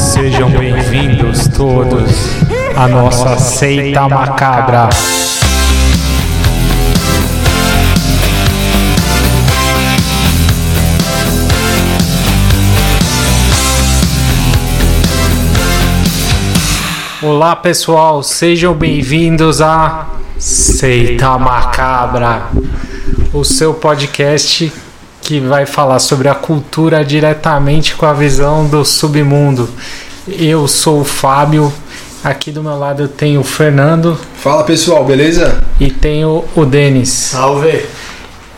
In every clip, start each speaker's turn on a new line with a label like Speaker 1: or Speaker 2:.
Speaker 1: Sejam bem-vindos todos à nossa seita macabra. Olá pessoal, sejam bem-vindos a Seita Macabra, o seu podcast que vai falar sobre a cultura diretamente com a visão do submundo. Eu sou o Fábio, aqui do meu lado eu tenho o Fernando
Speaker 2: Fala pessoal, beleza?
Speaker 1: e tenho o Denis.
Speaker 3: Salve!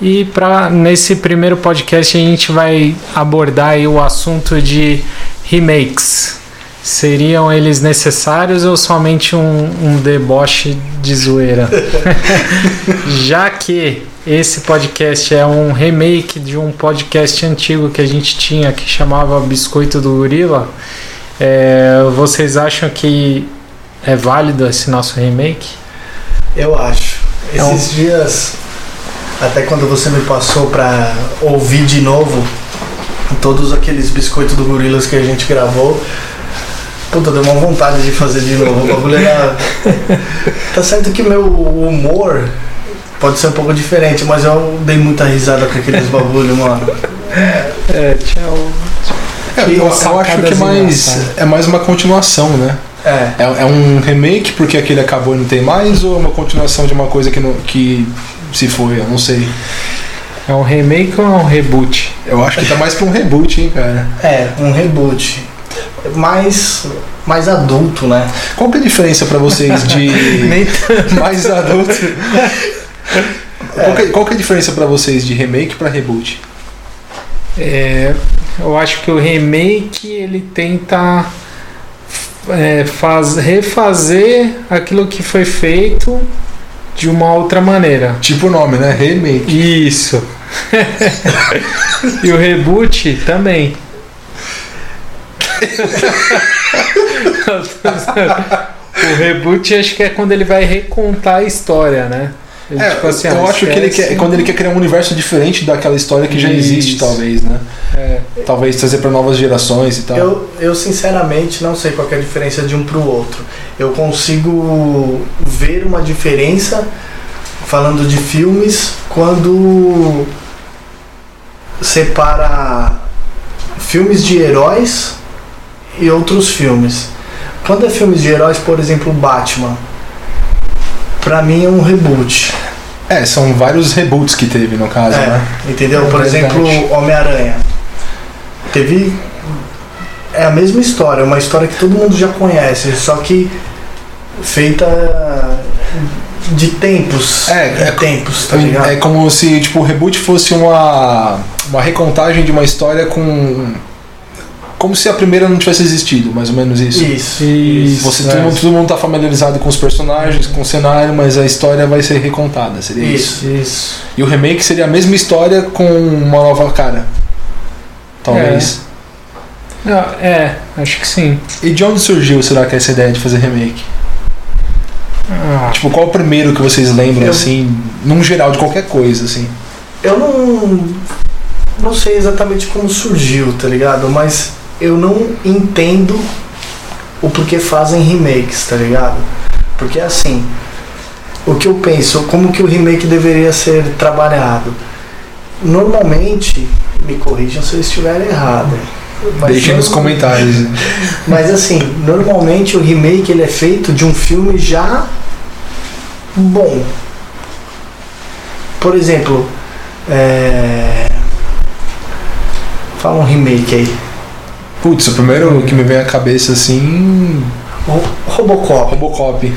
Speaker 1: E para nesse primeiro podcast a gente vai abordar aí o assunto de remakes. Seriam eles necessários ou somente um, um deboche de zoeira? Já que esse podcast é um remake de um podcast antigo que a gente tinha que chamava Biscoito do Gorila, é, vocês acham que é válido esse nosso remake?
Speaker 3: Eu acho.
Speaker 1: É um-
Speaker 3: Esses dias, até quando você me passou pra ouvir de novo todos aqueles biscoitos do Gorilas que a gente gravou, puta, deu uma vontade de fazer de novo. O bagulho era... Tá certo que meu humor pode ser um pouco diferente, mas eu dei muita risada com aqueles bagulho, mano.
Speaker 1: É, tchau.
Speaker 2: É,
Speaker 3: Que
Speaker 2: eu, eu
Speaker 1: sacadas
Speaker 2: acho que é mais,
Speaker 1: engraçadas.
Speaker 2: é mais uma continuação, né?
Speaker 3: É.
Speaker 2: É, é um remake porque aquele acabou e não tem mais, ou é uma continuação de uma coisa que, não, que se foi, eu não sei.
Speaker 1: É um remake ou é um reboot?
Speaker 2: Eu acho que tá mais pra um reboot, hein, cara.
Speaker 3: É, um reboot. Mais, mais adulto, né?
Speaker 2: Qual que é a diferença pra vocês de mais adulto? Qual, que, qual que é a diferença pra vocês de remake pra reboot?
Speaker 1: É, eu acho que o remake ele tenta é, faz- refazer aquilo que foi feito de uma outra maneira.
Speaker 2: Tipo o nome, né? Remake.
Speaker 1: Isso. e o reboot também. o reboot acho que é quando ele vai recontar a história, né? Ele,
Speaker 2: É,
Speaker 1: tipo assim,
Speaker 2: eu
Speaker 1: ah,
Speaker 2: acho que ele quer,
Speaker 1: esquece.
Speaker 2: quando ele quer criar um universo diferente daquela história que já existe,
Speaker 1: Isso.
Speaker 2: talvez, né?
Speaker 1: É.
Speaker 2: Talvez trazer pra novas gerações e tal.
Speaker 3: Eu, eu sinceramente não sei qual que é a diferença de um pro outro. Eu consigo ver uma diferença falando de filmes quando separa filmes de heróis e outros filmes. Quando é filmes de heróis, por exemplo, Batman, pra mim é um reboot.
Speaker 2: É, são vários reboots que teve, no caso,
Speaker 3: É,
Speaker 2: né?
Speaker 3: Entendeu?
Speaker 1: É
Speaker 3: Por
Speaker 1: verdade.
Speaker 3: exemplo, Homem-Aranha. Teve. É a mesma história, uma história que todo mundo já conhece, só que feita de tempos.
Speaker 2: É,
Speaker 3: em
Speaker 2: é-
Speaker 3: tempos, tá ligado?
Speaker 2: É como se, tipo, o reboot fosse uma, uma recontagem de uma história com... Como se a primeira não tivesse existido, mais ou menos isso.
Speaker 3: isso.
Speaker 1: Isso.
Speaker 2: Você,
Speaker 1: é.
Speaker 2: todo, mundo, todo mundo tá familiarizado com os personagens, com o cenário, mas a história vai ser recontada, seria isso.
Speaker 3: Isso.
Speaker 1: Isso.
Speaker 2: E o remake seria a mesma história com uma nova cara. Talvez.
Speaker 1: Não, é, acho que sim.
Speaker 3: É.
Speaker 2: E de onde surgiu, será que essa ideia de fazer remake?
Speaker 1: Ah,
Speaker 2: Tipo, qual o primeiro que vocês lembram,
Speaker 3: Eu-
Speaker 2: assim, num geral, de qualquer coisa, assim?
Speaker 3: Eu não. Não sei exatamente como surgiu, tá ligado? Mas eu não entendo o porquê fazem remakes, tá ligado? Porque assim, o que eu penso, como que o remake deveria ser trabalhado? Normalmente, me corrijam se eu estiver errado. mas
Speaker 2: Deixem nos
Speaker 3: não-
Speaker 2: comentários.
Speaker 3: mas assim, normalmente o remake ele é feito de um filme já bom. Por exemplo, é... fala um remake aí.
Speaker 2: Putz, o primeiro que me vem à cabeça assim.
Speaker 3: Ro- Robocop.
Speaker 2: Robocop.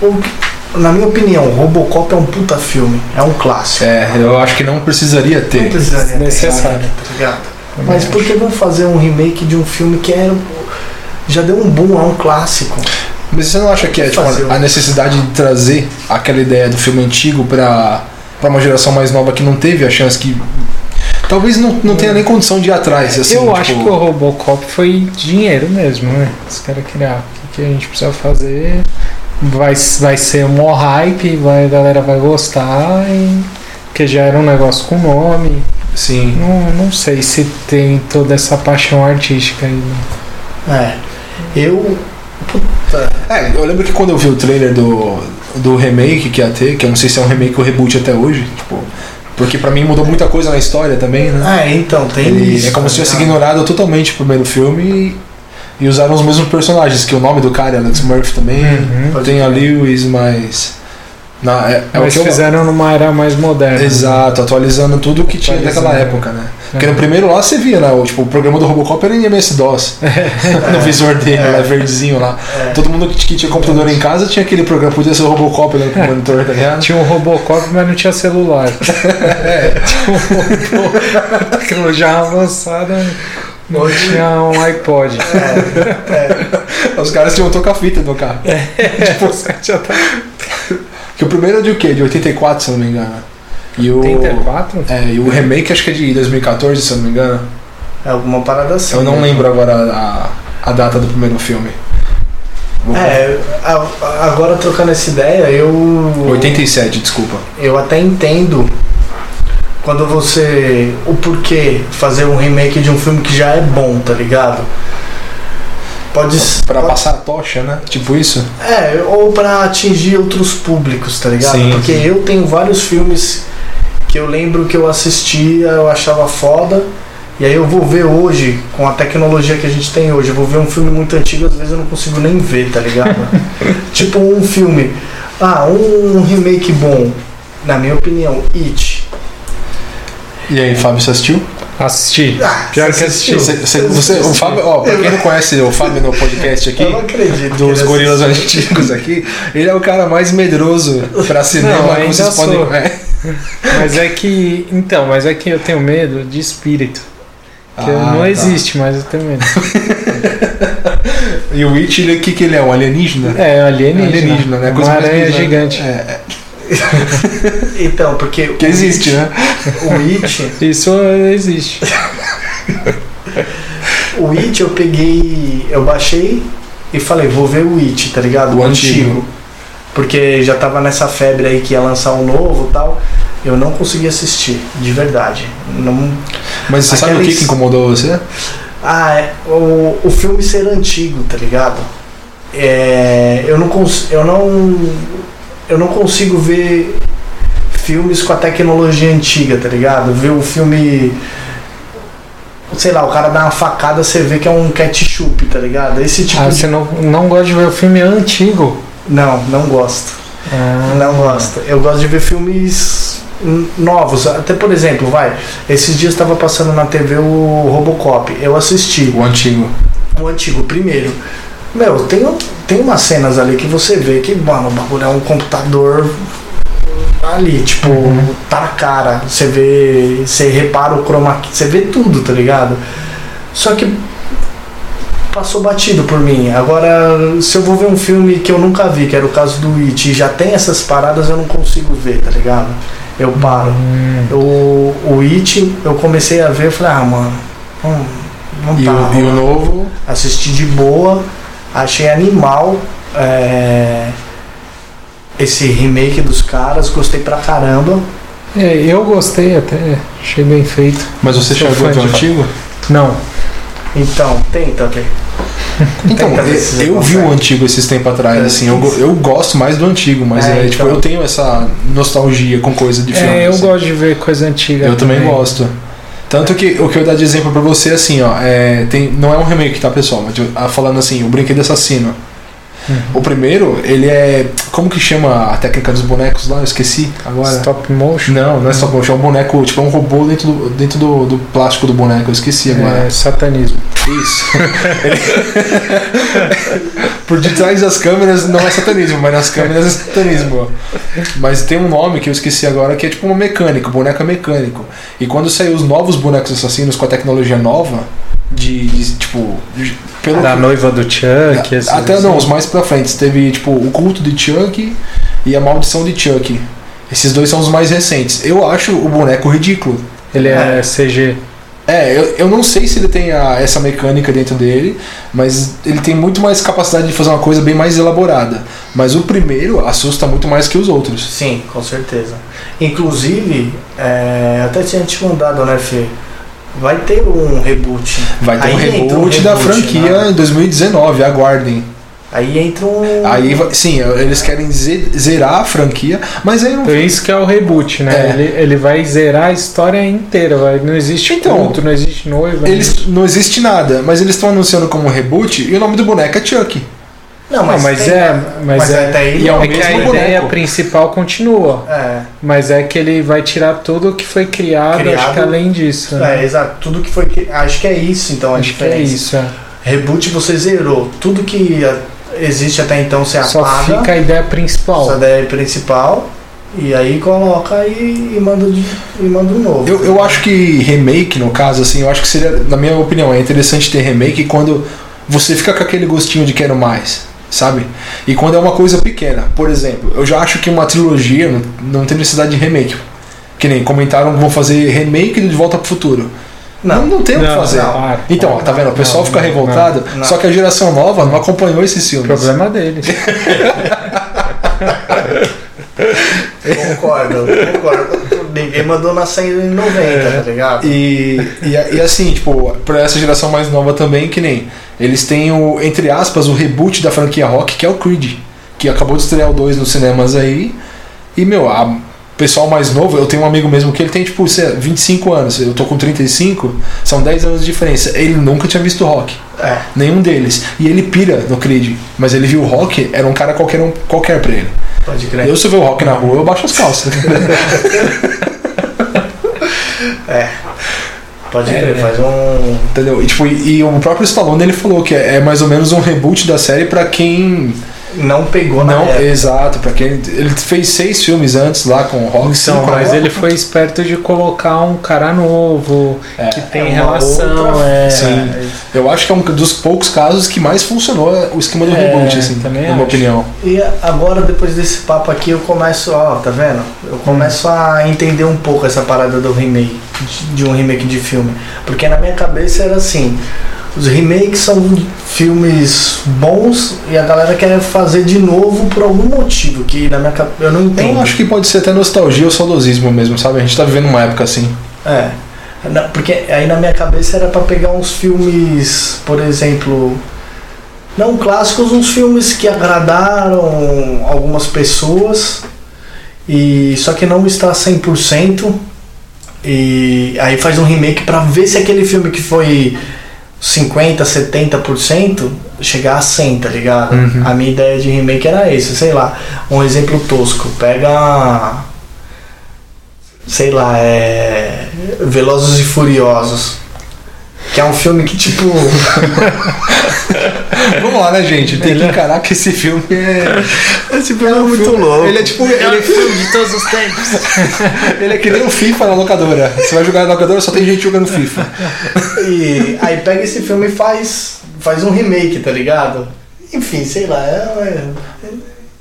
Speaker 3: O que- Na minha opinião, Robocop é um puta filme, é um clássico.
Speaker 2: É, eu acho que não precisaria
Speaker 3: Não
Speaker 2: ter.
Speaker 3: precisaria ter,
Speaker 1: Desnecessário.
Speaker 3: tá ligado? Mas por que vão fazer um remake de um filme que era já deu um boom, é um clássico?
Speaker 2: Mas você não acha que é tipo,
Speaker 3: Fazer um-
Speaker 2: a necessidade de trazer aquela ideia do filme antigo pra, pra uma geração mais nova que não teve a chance que Talvez não, não tenha nem condição de ir atrás. Assim,
Speaker 1: eu
Speaker 2: tipo,
Speaker 1: acho que o Robocop foi dinheiro mesmo, né? Os caras criaram. O que que a gente precisa fazer? Vai, vai ser um hype, vai, a galera vai gostar, e, porque já era um negócio com nome.
Speaker 2: Sim.
Speaker 1: Não, não sei se tem toda essa paixão artística aí. né?
Speaker 3: É. Eu.
Speaker 2: É, eu lembro que quando eu vi o trailer do, do remake que ia ter, que eu não sei se é um remake ou reboot até hoje, tipo, porque pra mim mudou muita coisa na história também, né?
Speaker 3: Ah, é, então, tem
Speaker 2: Ele-
Speaker 3: isso.
Speaker 2: é como se
Speaker 3: tá
Speaker 2: tivesse
Speaker 3: ligado?
Speaker 2: ignorado totalmente o primeiro filme e, e usaram os mesmos personagens, que o nome do cara é Alex Murphy também,
Speaker 1: Uhum.
Speaker 2: tem a Lewis, mas. na- é, é o
Speaker 1: Mas
Speaker 2: que eu-
Speaker 1: fizeram numa era mais moderna.
Speaker 2: Exato, atualizando tudo o que tinha
Speaker 1: Atualizando.
Speaker 2: daquela época, né?
Speaker 1: né?
Speaker 2: Porque no primeiro lá você via, né? O, tipo, o programa do Robocop era em MS-DOS. no visor dele, lá, verdezinho lá.
Speaker 3: É.
Speaker 2: Todo mundo que que tinha computador em casa tinha aquele programa, podia ser o Robocop olhando
Speaker 3: É.
Speaker 2: pro monitor, tá ligado?
Speaker 1: Tinha um Robocop, mas não tinha celular. Tinha um Robocop, aquilo já avançada, não
Speaker 3: Hoje-
Speaker 1: tinha um iPod.
Speaker 3: É,
Speaker 2: Os caras tinham um toca-fita no carro.
Speaker 1: Tipo, você já tá
Speaker 2: Que o primeiro é de o quê? De 84, se eu não me engano. E o,
Speaker 1: 84?
Speaker 2: é, e o remake acho que é de 2014, se eu não me engano.
Speaker 3: É alguma parada assim.
Speaker 2: Eu não
Speaker 3: né?
Speaker 2: lembro agora a, a data do primeiro filme. Vou-
Speaker 3: É, a- agora trocando essa ideia, eu.
Speaker 2: 87, desculpa.
Speaker 3: Eu até entendo quando você. o porquê fazer um remake de um filme que já é bom, tá ligado? Pode ser.
Speaker 2: Pra passar a tocha, né? Tipo isso?
Speaker 3: É, ou pra atingir outros públicos, tá ligado?
Speaker 2: Sim,
Speaker 3: Porque
Speaker 2: sim.
Speaker 3: eu tenho vários filmes que eu lembro que eu assistia, eu achava foda. E aí eu vou ver hoje, com a tecnologia que a gente tem hoje, eu vou ver um filme muito antigo, às vezes eu não consigo nem ver, tá ligado? tipo um filme. Ah, um remake bom, na minha opinião, It.
Speaker 2: E aí, Fábio, você assistiu?
Speaker 1: Assisti.
Speaker 3: Ah,
Speaker 1: Pior
Speaker 3: você
Speaker 1: que
Speaker 3: assistiu?
Speaker 1: assisti.
Speaker 2: Você, você- você- o Fábio, ó, pra quem não conhece o Fábio no podcast aqui,
Speaker 3: Eu não acredito. que
Speaker 2: dos
Speaker 3: ele
Speaker 2: gorilas
Speaker 3: assistiu.
Speaker 2: antigos aqui, ele é o cara mais medroso pra cinema
Speaker 1: Não,
Speaker 2: que
Speaker 1: ainda
Speaker 2: vocês podem.
Speaker 1: sou.
Speaker 2: É.
Speaker 1: Mas é que. Então, mas é que eu tenho medo de espírito. Que
Speaker 2: Ah,
Speaker 1: não
Speaker 2: tá.
Speaker 1: existe, mas eu tenho medo.
Speaker 2: E o It, ele- o que, que ele é? Um alienígena?
Speaker 1: É, alienígena.
Speaker 2: alienígena, né? A
Speaker 1: Uma
Speaker 2: coisa mais
Speaker 1: aranha
Speaker 2: bizarra.
Speaker 1: gigante.
Speaker 2: É, é,
Speaker 3: Então, porque
Speaker 2: que existe, né?
Speaker 3: o It.
Speaker 1: Isso existe.
Speaker 3: O It eu peguei, eu baixei e falei, vou ver o It, tá ligado?
Speaker 2: O antigo.
Speaker 3: Porque já tava nessa febre aí que ia lançar um novo e tal. Eu não consegui assistir, de verdade. Não...
Speaker 2: Mas você sabe o que,
Speaker 3: Aqueles-
Speaker 2: que incomodou você?
Speaker 3: Ah, é, o, o filme ser antigo, tá ligado? É, eu, não cons... eu, não... eu não consigo ver filmes com a tecnologia antiga, tá ligado? Ver o filme. Sei lá, o cara dá uma facada, você vê que é um ketchup, tá ligado? Esse tipo
Speaker 1: Ah,
Speaker 3: de
Speaker 1: você não, não gosta de ver o filme antigo?
Speaker 3: Não, não gosto.
Speaker 1: Ah,
Speaker 3: Não gosto. Eu gosto de ver filmes hum, novos. Até por exemplo, vai. Esses dias estava passando na TV o Robocop. Eu assisti
Speaker 2: O antigo.
Speaker 3: o um antigo primeiro. Meu, tem, um- tem umas cenas ali que você vê que, mano, o bagulho é um computador ali, tipo,
Speaker 1: Uhum.
Speaker 3: tá na cara. Você vê, você repara o chroma key, você vê tudo, tá ligado? Só que passou batido por mim. Agora, se eu vou ver um filme que eu nunca vi, que era o caso do It, e já tem essas paradas, eu não consigo ver, tá ligado? Eu paro.
Speaker 1: hum.
Speaker 3: O, o It, eu comecei a ver, eu falei, ah, mano, hum, não
Speaker 2: E,
Speaker 3: tá.
Speaker 2: o, e o
Speaker 3: rolando
Speaker 2: novo.
Speaker 3: assisti de boa, achei animal é, esse remake dos caras, gostei pra caramba.
Speaker 1: É, eu gostei até, achei bem feito.
Speaker 2: Mas você
Speaker 1: Sou
Speaker 2: chegou
Speaker 1: fã
Speaker 2: até o
Speaker 1: de-
Speaker 2: antigo?
Speaker 1: Não,
Speaker 3: Então, tenta ver.
Speaker 2: Então,
Speaker 3: Tenta ver
Speaker 2: eu-
Speaker 3: se você
Speaker 2: eu vi
Speaker 3: consegue.
Speaker 2: o antigo esses tempos atrás,
Speaker 3: É,
Speaker 2: assim, eu, go- eu gosto mais do antigo, mas
Speaker 3: É,
Speaker 2: é, tipo,
Speaker 3: então.
Speaker 2: eu tenho essa nostalgia com coisa de filme.
Speaker 1: é, eu
Speaker 2: assim.
Speaker 1: gosto de ver coisa antiga.
Speaker 2: Eu também gosto. Tanto que o que eu ia dar de exemplo pra você, assim, ó, é, tem, não é um remake, tá, pessoal? Mas eu- ah, falando assim, o Brinquedo Assassino. O primeiro, ele é. Como que chama a técnica dos bonecos lá? Eu esqueci agora.
Speaker 1: Stop motion?
Speaker 2: Não, não é stop motion, é um boneco, tipo, é um robô dentro do, dentro do, do plástico do boneco, eu esqueci agora.
Speaker 1: É, satanismo.
Speaker 2: Isso. Por detrás das câmeras não é satanismo, mas nas câmeras é satanismo. Mas tem um nome que eu esqueci agora que é tipo uma mecânica, o boneco é mecânico. E quando saiu os novos bonecos assassinos com a tecnologia nova, de, de, tipo. de- pelo
Speaker 1: Da
Speaker 2: que-
Speaker 1: noiva do Chuck. esses- assim.
Speaker 2: até não, os mais pra frente. Teve, tipo, o culto de Chuck e a maldição de Chuck. Esses dois são os mais recentes. Eu acho o boneco ridículo.
Speaker 1: Ele é,
Speaker 2: Ah.
Speaker 1: CG.
Speaker 2: É, eu, eu não sei se ele tem a- essa mecânica dentro dele, mas ele tem muito mais capacidade de fazer uma coisa bem mais elaborada. Mas o primeiro assusta muito mais que os outros.
Speaker 3: Sim, com certeza. Inclusive, é, até tinha te mandado, né, Fê? Vai ter um reboot.
Speaker 2: Vai ter um
Speaker 3: Aí entra
Speaker 2: reboot,
Speaker 3: um
Speaker 2: da
Speaker 3: reboot,
Speaker 2: franquia
Speaker 3: né?
Speaker 2: em 2019, aguardem.
Speaker 3: Aí entra um.
Speaker 2: Aí, va- sim, eles querem ze- zerar a franquia, mas aí não
Speaker 1: Por isso que é o reboot, né?
Speaker 2: É.
Speaker 1: Ele, ele vai zerar a história inteira, vai. Não existe
Speaker 2: Então,
Speaker 1: ponto, não existe noiva. né? não-
Speaker 2: Eles não existe nada, mas eles estão anunciando como reboot e o nome do boneco é Chuck.
Speaker 3: Não,
Speaker 1: Não, mas
Speaker 3: tem-
Speaker 1: é. Mas,
Speaker 3: Mas
Speaker 1: é,
Speaker 3: até aí
Speaker 2: e é
Speaker 3: não.
Speaker 2: o
Speaker 1: é que a
Speaker 2: mesmo
Speaker 1: ideia
Speaker 2: boneco.
Speaker 1: principal continua.
Speaker 3: É,
Speaker 1: Mas é que ele vai tirar tudo que foi criado, acho
Speaker 3: Criado.
Speaker 1: que além disso. né?
Speaker 3: é, exato. Tudo que foi. que- Acho que é isso, então, a
Speaker 1: acho que é
Speaker 3: diferença.
Speaker 1: isso. é.
Speaker 3: Reboot você zerou. Tudo que a- existe até então
Speaker 2: É
Speaker 3: você
Speaker 1: Só
Speaker 3: apaga.
Speaker 1: fica a ideia principal.
Speaker 3: Essa ideia é principal. E aí coloca e, e manda de, e manda um novo.
Speaker 2: Eu, eu acho que remake, no caso, assim, eu acho que seria, na minha opinião, é interessante ter remake quando você fica com aquele gostinho de quero mais, sabe? E quando é uma coisa pequena. Por exemplo, eu já acho que uma trilogia não, não tem necessidade de remake. Que nem comentaram que vão fazer remake do De Volta pro Futuro. Não,
Speaker 3: Não,
Speaker 2: não tem o que
Speaker 1: Não,
Speaker 2: fazer.
Speaker 1: não, para,
Speaker 2: então,
Speaker 1: para.
Speaker 2: tá vendo? O pessoal
Speaker 1: Não,
Speaker 2: fica
Speaker 1: não,
Speaker 2: revoltado,
Speaker 3: não.
Speaker 2: só que a geração nova não acompanhou esses filmes.
Speaker 1: Problema deles.
Speaker 3: concordo, concordo. Ninguém mandou na 190, tá ligado?
Speaker 2: É. E, e, a- e assim, tipo, pra essa geração mais nova também, que nem. Eles têm o, entre aspas, o reboot da franquia rock, que é o Creed. Que acabou de estrear o 2 nos cinemas aí. E, meu, a- o pessoal mais novo, eu tenho um amigo mesmo que ele tem, tipo, sei lá, 25 anos, eu tô com 35, são 10 anos de diferença. Ele nunca tinha visto rock.
Speaker 3: É.
Speaker 2: Nenhum deles. E ele pira no Creed. Mas ele viu o rock, era um cara qualquer, um, qualquer pra ele.
Speaker 3: Pode crer.
Speaker 2: Eu, se eu ver o rock na rua, eu baixo as calças.
Speaker 3: Pode
Speaker 2: É,
Speaker 3: crer,
Speaker 2: né?
Speaker 3: faz um.
Speaker 2: Entendeu? E, tipo, e, e o próprio Stallone ele falou que é, é mais ou menos um reboot da série pra quem
Speaker 3: Não pegou na
Speaker 2: não, é,
Speaker 3: época.
Speaker 2: exato, pra quem ele fez seis filmes antes lá com o Rock,
Speaker 1: Então,
Speaker 2: cinco né?
Speaker 1: mas
Speaker 2: agora.
Speaker 1: ele foi esperto de colocar um cara novo,
Speaker 2: É.
Speaker 1: que tem
Speaker 3: uma
Speaker 1: relação.
Speaker 3: outra-
Speaker 1: É,
Speaker 2: Sim. eu acho que é um dos poucos casos que mais funcionou o esquema do
Speaker 1: É,
Speaker 2: reboot, assim, na
Speaker 1: também
Speaker 2: minha
Speaker 1: acho.
Speaker 2: opinião.
Speaker 3: E agora, depois desse papo aqui, eu começo, ó, tá vendo? Eu começo a entender um pouco essa parada do remake, de- de um remake de filme. Porque na minha cabeça era assim, os remakes são filmes bons e a galera quer fazer de novo por algum motivo, que na minha cabeça eu não entendo.
Speaker 2: Eu Então, acho que pode ser até nostalgia ou saudosismo mesmo, sabe? A gente tá vivendo uma época assim.
Speaker 3: É. Na- Porque aí na minha cabeça era pra pegar uns filmes, por exemplo, não clássicos, uns filmes que agradaram algumas pessoas e só que não está 100% e aí faz um remake pra ver se aquele filme que foi 50, 70% chegar a 100, tá ligado?
Speaker 1: Uhum.
Speaker 3: A minha ideia de remake era esse, sei lá. Um exemplo tosco, pega sei lá, é. Velozes e Furiosos. Que é um filme que, tipo.
Speaker 2: Vamos lá, né, gente? Tem que encarar que esse filme é.
Speaker 3: esse filme é muito louco.
Speaker 2: Ele é tipo. Ele,
Speaker 1: filme de todos os tempos.
Speaker 2: ele é que nem o FIFA na locadora. Você vai jogar na locadora, só tem gente jogando FIFA.
Speaker 3: E aí pega esse filme e faz, faz um remake, tá ligado? Enfim, sei lá, é. é- é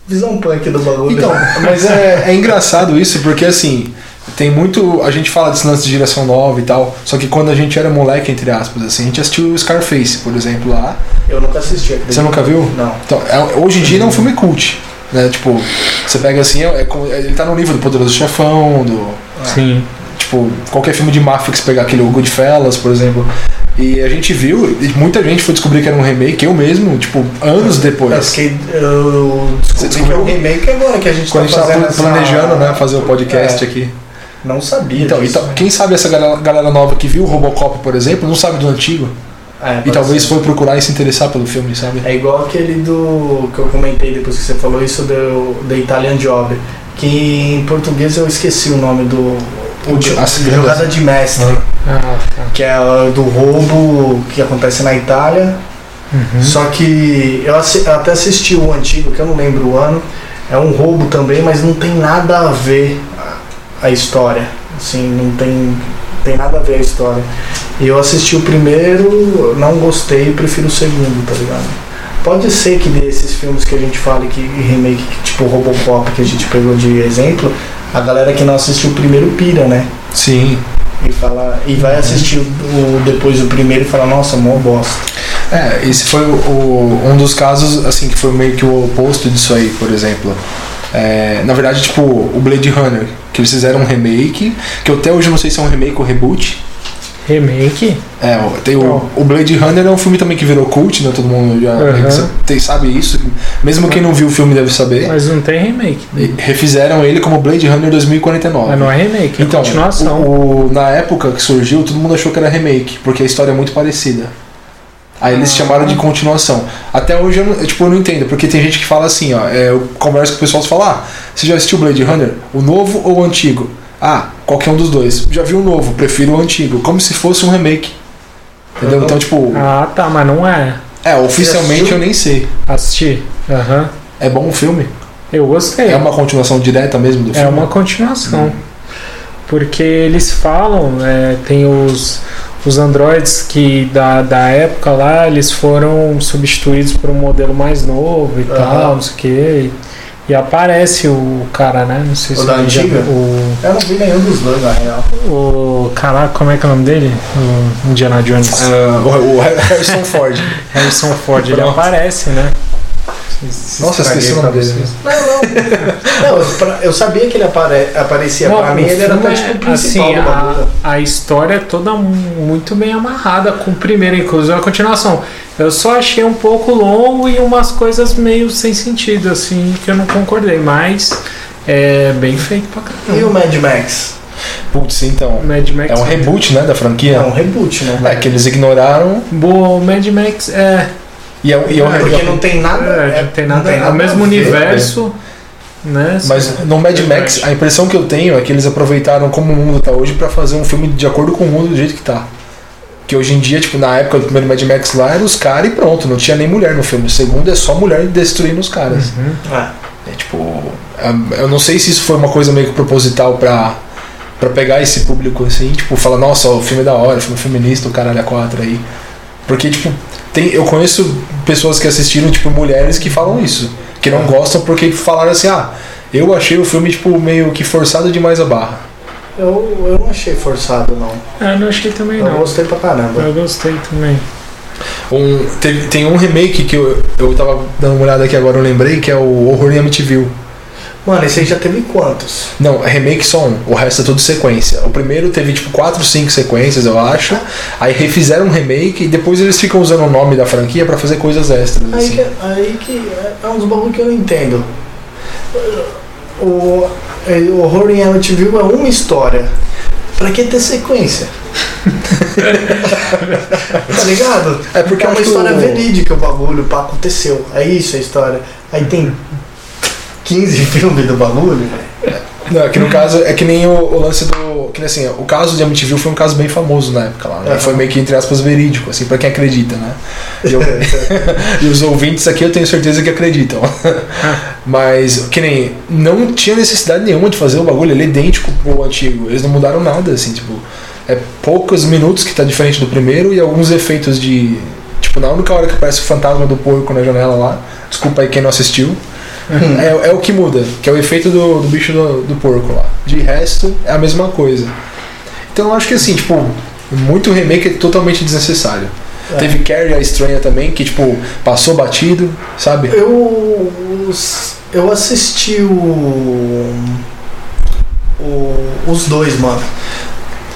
Speaker 3: visão punk do bagulho.
Speaker 2: Então, mas é, é engraçado isso, porque assim, tem muito. A gente fala desse lance de direção nova e tal, só que quando a gente era moleque, entre aspas, assim, a gente assistiu o Scarface, por exemplo, lá.
Speaker 3: eu nunca assisti aquele.
Speaker 2: Você nunca viu?
Speaker 3: Não.
Speaker 2: Então, é- hoje em dia ele é um filme cult. Né? Tipo, você pega assim, é- é como- ele tá no nível do Poderoso Chefão, do.
Speaker 1: É. Sim.
Speaker 2: Tipo, qualquer filme de máfia que você pegar aquele o Goodfellas, por exemplo. E a gente viu, e muita gente foi descobrir que era um remake, eu mesmo, tipo, anos
Speaker 3: Eu,
Speaker 2: depois.
Speaker 3: fiquei, eu
Speaker 2: Você
Speaker 3: descobri que é
Speaker 2: descobriu?
Speaker 3: um remake agora que a gente
Speaker 2: Quando a
Speaker 3: tá
Speaker 2: gente tava
Speaker 3: fazendo essa-
Speaker 2: planejando, né, fazer o podcast
Speaker 3: É.
Speaker 2: aqui.
Speaker 3: Não sabia.
Speaker 2: Então,
Speaker 3: disso.
Speaker 2: então, quem sabe essa galera, galera nova que viu o Robocop, por exemplo, não sabe do antigo.
Speaker 3: É,
Speaker 2: E
Speaker 3: pode
Speaker 2: talvez
Speaker 3: ser.
Speaker 2: foi procurar e se interessar pelo filme, sabe?
Speaker 3: É igual aquele do que eu comentei depois que você falou isso do The Italian Job, que em português eu esqueci o nome do o de-
Speaker 2: As
Speaker 3: de jogada de mestre,
Speaker 1: Ah, tá.
Speaker 3: que é a do roubo que acontece na Itália.
Speaker 1: Uhum.
Speaker 3: Só que eu assi- eu até assisti o antigo, que eu não lembro o ano. É um roubo também, mas não tem nada a ver a história. Assim, não tem, tem nada a ver a história. E eu assisti o primeiro, não gostei, prefiro o segundo, tá ligado? Pode ser que desses filmes que a gente fala que remake, que, tipo Robocop, que a gente pegou de exemplo, a galera que não assistiu o primeiro pira, né?
Speaker 2: Sim.
Speaker 3: e falar e vai assistir o, o- depois o primeiro e falar nossa mó bosta
Speaker 2: É, esse foi o- o- um dos casos, assim, que foi meio que o oposto disso aí, por exemplo. É, na verdade, tipo, o Blade Runner, que eles fizeram um remake, que eu até hoje não sei se é um remake ou reboot.
Speaker 1: Remake?
Speaker 2: É, o- tem o,
Speaker 1: Qual?
Speaker 2: o Blade Runner é um filme também que virou cult, né? Todo mundo já
Speaker 1: Aham.
Speaker 2: sa- tem- sabe isso. Mesmo quem não viu o filme deve saber.
Speaker 1: Mas não tem remake.
Speaker 2: E Refizeram ele como Blade Runner 2049.
Speaker 1: Mas não é remake, é
Speaker 2: Então,
Speaker 1: continuação.
Speaker 2: o- o- na época que surgiu, todo mundo achou que era remake, porque a história é muito parecida. Aí eles
Speaker 1: Ah.
Speaker 2: chamaram de continuação. Até hoje eu não, eu, tipo, eu não entendo, porque tem gente que fala assim, ó, é, eu converso com o pessoal e fala, ah, você já assistiu Blade Runner? O novo ou o antigo? Ah, qualquer um dos dois. Já vi o novo, prefiro o antigo, como se fosse um remake. Entendeu?
Speaker 3: Uhum.
Speaker 2: Então, tipo,
Speaker 1: Ah, tá, mas não é.
Speaker 2: é, oficialmente
Speaker 3: assistiu?
Speaker 2: eu nem sei.
Speaker 1: Assisti. Aham.
Speaker 2: É bom o filme?
Speaker 1: Eu gostei.
Speaker 2: É uma continuação direta mesmo do
Speaker 1: É
Speaker 2: filme?
Speaker 1: uma continuação. Porque eles falam, é, tem os, os androides que da, da época lá, eles foram substituídos por um modelo mais novo e
Speaker 3: Aham.
Speaker 1: tal, não sei o quê. E, e aparece o cara, né? Não sei
Speaker 3: O
Speaker 1: se
Speaker 3: da
Speaker 1: ele já-
Speaker 3: antiga?
Speaker 1: O,
Speaker 3: eu não vi nenhum dos dois na real
Speaker 1: o. Caraca, como é que é o nome dele? O Indiana Jones.
Speaker 2: Ah, o, o Harrison Ford.
Speaker 1: Harrison Ford, ele
Speaker 2: Pronto.
Speaker 1: aparece, né?
Speaker 2: Nossa, esqueci o nome
Speaker 1: Estraguei pra
Speaker 2: dele.
Speaker 1: vocês.
Speaker 3: não eu, pra- eu sabia que ele apare, aparecia
Speaker 1: Não,
Speaker 3: pra mim
Speaker 1: o
Speaker 3: ele era
Speaker 1: filme
Speaker 3: até tipo o
Speaker 1: é,
Speaker 3: principal
Speaker 1: assim,
Speaker 3: do bagulho
Speaker 1: a, a história é toda mu- muito bem amarrada com o primeiro, inclusive a continuação. Eu só achei um pouco longo e umas coisas meio sem sentido, assim, que eu não concordei, mas é bem feito pra
Speaker 3: e o
Speaker 1: caramba.
Speaker 3: Mad Max
Speaker 2: Putz, então.
Speaker 1: Mad Max
Speaker 2: É um reboot, né, da franquia?
Speaker 3: é um reboot né
Speaker 2: É, que eles ignoraram
Speaker 1: Boa, o Mad Max é,
Speaker 2: e é, e é um
Speaker 3: É, porque não
Speaker 2: reboot.
Speaker 3: tem nada
Speaker 1: é,
Speaker 3: é,
Speaker 1: não tem nada,
Speaker 3: não tem
Speaker 1: é o mesmo
Speaker 3: a ver,
Speaker 1: universo, né?
Speaker 2: Mas no Mad Max, a impressão que eu tenho é que eles aproveitaram como o mundo tá hoje pra fazer um filme de acordo com o mundo do jeito que tá. Que hoje em dia, tipo, na época do primeiro Mad Max lá, era os caras e pronto, não tinha nem mulher no filme. O segundo é só mulher destruindo os caras.
Speaker 1: Uhum.
Speaker 3: É.
Speaker 2: É tipo. é- Eu não sei se isso foi uma coisa meio que proposital pra, pra pegar esse público assim, tipo, falar, nossa, o filme é da hora, o filme é feminista, o caralho a quatro aí. Porque, tipo, tem, eu conheço pessoas que assistiram, tipo, mulheres que falam isso. Que não gostam porque falaram assim, ah, eu achei o filme, tipo, meio que forçado demais a barra.
Speaker 3: eu, eu não achei forçado não
Speaker 1: Eu É, não achei também
Speaker 3: eu
Speaker 1: não. É.
Speaker 3: gostei pra caramba
Speaker 1: Eu gostei também.
Speaker 2: Um, teve- tem um remake que eu, eu tava dando uma olhada aqui agora, eu lembrei, que é o Horror em Amityville.
Speaker 3: mano esse aí já teve quantos
Speaker 2: Não, remake só um. O resto é tudo sequência. O primeiro teve tipo 4, 5 sequências, eu acho. Aí refizeram um remake e depois eles ficam usando o nome da franquia pra fazer coisas extras.
Speaker 3: Aí
Speaker 2: assim.
Speaker 3: que, aí que é- é uns bagulho que eu não entendo. O, é, o Horror em Amityville é uma história. Pra que ter sequência? tá ligado?
Speaker 2: É porque
Speaker 3: é
Speaker 2: eu
Speaker 3: uma
Speaker 2: acho que
Speaker 3: história
Speaker 2: o-
Speaker 3: verídica o bagulho, pá, aconteceu. É isso a história. Aí tem 15 filmes do bagulho.
Speaker 2: Não, é que no caso é que nem o, o lance do. Que nem assim, o caso de Amityville foi um caso bem famoso na época lá. Né?
Speaker 3: Aham.
Speaker 2: Foi meio que, entre aspas, verídico, assim, pra quem acredita, né? E,
Speaker 3: É,
Speaker 2: eu- e os ouvintes aqui eu tenho certeza que acreditam.
Speaker 1: Ah,
Speaker 2: Mas, que nem. Não tinha necessidade nenhuma de fazer o bagulho, ele é idêntico pro antigo. Eles não mudaram nada, assim, tipo. É poucos minutos que tá diferente do primeiro e alguns efeitos de. Tipo, na única hora que aparece o fantasma do porco na janela lá. Desculpa aí quem não assistiu.
Speaker 3: Uhum.
Speaker 2: É, é o que muda, que é o efeito do, do bicho do, do porco lá. De resto, é a mesma coisa. Então eu acho que assim, tipo, muito remake é totalmente desnecessário.
Speaker 3: É.
Speaker 2: Teve Carrie a Estranha também, que tipo, passou batido, sabe?
Speaker 3: Eu, os- eu assisti o, o- os dois, mano.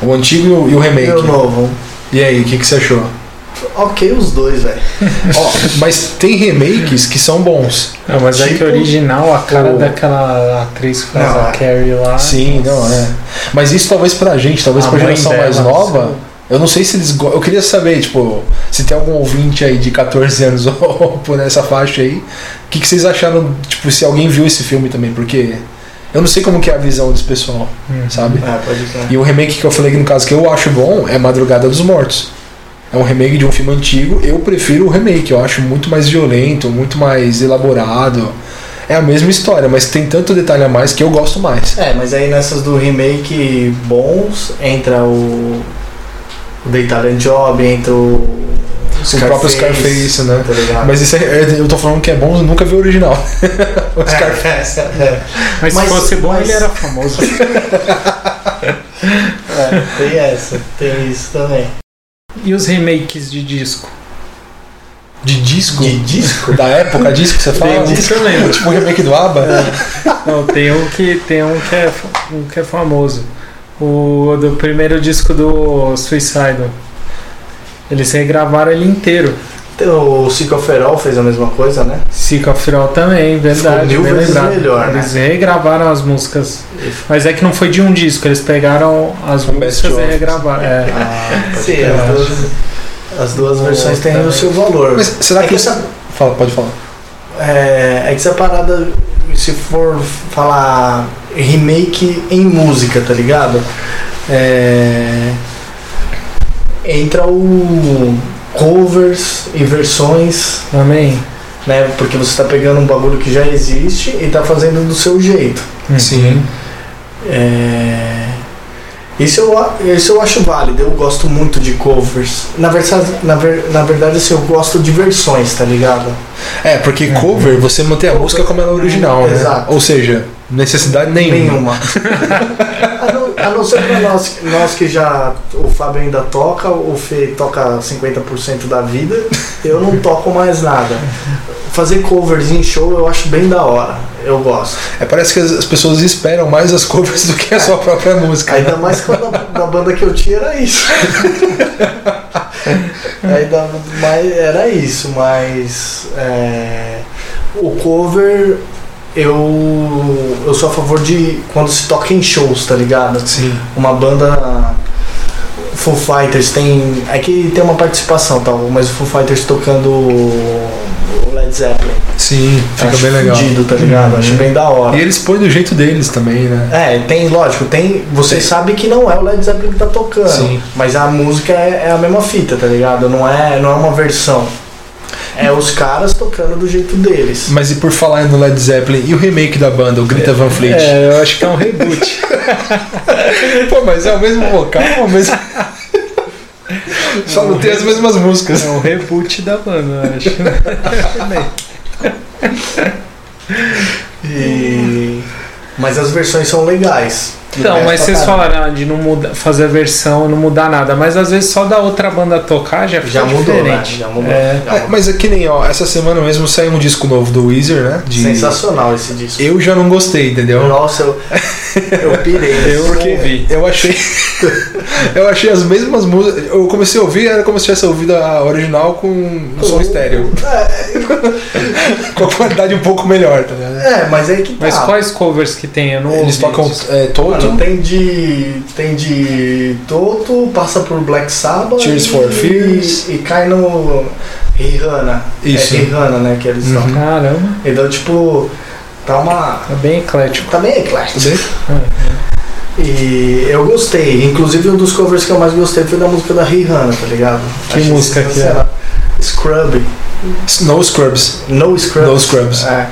Speaker 2: O antigo e o- e o
Speaker 3: E o
Speaker 2: remake.
Speaker 3: novo.
Speaker 2: E aí, o que, que você achou?
Speaker 3: Ok, os dois, velho.
Speaker 2: Ó, mas tem remakes que são bons.
Speaker 1: Não, mas é que
Speaker 2: Tipo-
Speaker 1: o original, a cara
Speaker 2: o-
Speaker 1: daquela atriz que faz
Speaker 3: Não,
Speaker 1: a
Speaker 3: é.
Speaker 1: Carrie lá.
Speaker 2: Sim, não, é. Mas isso talvez pra gente, talvez
Speaker 1: A
Speaker 2: pra
Speaker 1: mãe
Speaker 2: geração
Speaker 1: dela,
Speaker 2: mais
Speaker 1: não
Speaker 2: nova.
Speaker 1: sei.
Speaker 2: Eu não sei se eles. go- Eu queria saber, tipo, se tem algum ouvinte aí de 14 anos ou por essa faixa aí. O que, que vocês acharam, tipo, se alguém viu esse filme também? Porque eu não sei como que é a visão desse pessoal,
Speaker 1: Hum.
Speaker 2: sabe?
Speaker 3: É, pode crer.
Speaker 2: E o remake que eu falei aqui no caso que eu acho bom é Madrugada dos Mortos. É um remake de um filme antigo. Eu prefiro o remake, eu acho muito mais violento, muito mais elaborado. É a mesma história, mas tem tanto detalhe a mais que eu gosto mais.
Speaker 3: É, mas aí nessas do remake bons, entra o, o The Italian Job, entra o,
Speaker 2: o próprio Scarface, né?
Speaker 3: Tá ligado?
Speaker 2: Mas isso é, é- eu tô falando que é bom, eu nunca vi o original. o Scarface.
Speaker 3: É, é, é.
Speaker 1: Mas,
Speaker 3: Mas-
Speaker 1: se fosse bom,
Speaker 3: mas-
Speaker 1: ele era famoso.
Speaker 3: É, tem essa, tem isso também.
Speaker 1: E os remakes de disco?
Speaker 2: De disco?
Speaker 3: De disco?
Speaker 2: Da época, disco, você fala?
Speaker 1: Tem um que eu lembro.
Speaker 2: Tipo o remake do ABBA?
Speaker 1: Não, tem um que, tem um que, é, fa- um que é famoso. O do primeiro disco do Suicidal. Eles regravaram ele inteiro.
Speaker 3: Tem O Cicoferol fez a mesma coisa, né?
Speaker 1: Sick of It All também, verdade.
Speaker 3: mil
Speaker 1: bem
Speaker 3: vezes
Speaker 1: lembrado.
Speaker 3: melhor, né?
Speaker 1: Eles regravaram as músicas. Mas é que não foi de um disco, eles pegaram as
Speaker 2: Um
Speaker 1: músicas e
Speaker 2: best-of.
Speaker 1: regravaram. É.
Speaker 3: Ah,
Speaker 1: pode
Speaker 3: Sim,
Speaker 1: crer.
Speaker 3: as duas, as duas versões têm o seu valor.
Speaker 2: Mas será
Speaker 3: é
Speaker 2: que.
Speaker 3: que essa
Speaker 2: Fala, pode falar.
Speaker 3: É, é que essa parada, se for falar remake em música, tá ligado? É, entra o covers e versões,
Speaker 1: Também.
Speaker 3: né? Porque você tá pegando um bagulho que já existe e tá fazendo do seu jeito.
Speaker 2: Sim.
Speaker 3: É, Isso eu, a- isso eu acho válido, eu gosto muito de covers. Na, versa, na, ver- na verdade, assim, eu gosto de versões, tá ligado?
Speaker 2: É, porque cover você mantém a música como ela é original, né?
Speaker 3: Exato.
Speaker 2: Ou seja, necessidade nenhuma.
Speaker 3: Nenhuma. a, não, a não ser pra nós, nós que já. O Fábio ainda toca, o Fê toca 50% da vida, eu não toco mais nada. Fazer covers em show eu acho bem da hora. Eu gosto.
Speaker 2: É, parece que as- as pessoas esperam mais as covers do que a sua própria música. né?
Speaker 3: Ainda mais quando a, da banda que eu tinha era isso. Ainda mais era isso, mas é, o cover eu, eu sou a favor de quando se toca em shows, tá ligado?
Speaker 2: Sim.
Speaker 3: uma banda Foo Fighters tem é que tem uma participação tal mas o Foo Fighters tocando o Led Zeppelin
Speaker 2: Sim, fica
Speaker 3: acho
Speaker 2: bem legal.
Speaker 3: fudido, tá ligado acho
Speaker 2: Uhum.
Speaker 3: bem da hora
Speaker 2: E eles põem do jeito deles também, né?
Speaker 3: é tem lógico tem você sabe que não é o Led Zeppelin que tá tocando
Speaker 2: Sim.
Speaker 3: mas a música é, é a mesma fita tá ligado não é não é uma versão é os caras tocando do jeito deles
Speaker 2: Mas e por falar no Led Zeppelin, e o remake da banda, o Greta Van Fleet?
Speaker 1: É, eu acho que é um reboot.
Speaker 2: Pô, mas é o mesmo vocal, é o mesmo... Só não tem as mesmas músicas.
Speaker 1: é um reboot da banda, eu acho.
Speaker 3: e mas as versões são legais
Speaker 1: Então, mas
Speaker 3: Pra
Speaker 1: vocês
Speaker 3: caralho.
Speaker 1: falaram de não muda, fazer a versão, não mudar nada. Mas às vezes só da outra banda tocar já fica
Speaker 3: já mudou né?
Speaker 1: é diferente.
Speaker 3: já mudou,
Speaker 1: É.
Speaker 3: já
Speaker 2: É,
Speaker 3: mudou.
Speaker 2: mas é que nem, ó, essa semana mesmo saiu um disco novo do Weezer, né? De-
Speaker 3: sensacional esse disco
Speaker 2: Eu já não gostei, entendeu?
Speaker 3: Nossa, eu, eu pirei.
Speaker 1: Eu que vi.
Speaker 2: Eu achei. eu achei as mesmas músicas. Eu comecei a ouvir, era como se tivesse ouvido a original com um som estéreo. Com a qualidade um pouco melhor, tá ligado?
Speaker 3: É, mas aí que tá.
Speaker 1: Mas quais covers que tem? Eu não
Speaker 2: Eles
Speaker 1: ouvi
Speaker 2: tocam
Speaker 1: isso.
Speaker 2: é, Toto,
Speaker 3: Mano, tem de. Tem de Toto, passa por Black Sabbath.
Speaker 2: Tears
Speaker 3: e,
Speaker 2: for Fears.
Speaker 3: E cai no. Rihanna.
Speaker 2: Isso.
Speaker 3: É Rihanna, né? Que eles
Speaker 2: Uhum.
Speaker 3: tocam.
Speaker 1: Caramba,
Speaker 3: Então, tipo. Tá uma.
Speaker 1: tá bem eclético.
Speaker 3: Tá bem eclético.
Speaker 2: tudo bem?
Speaker 3: E eu gostei. Inclusive, um dos covers que eu mais gostei foi da música da Rihanna, tá ligado?
Speaker 1: Que música que é?
Speaker 3: sensacional. Scrub.
Speaker 2: No Scrubs.
Speaker 3: No Scrub.
Speaker 2: No Scrubs.
Speaker 3: É.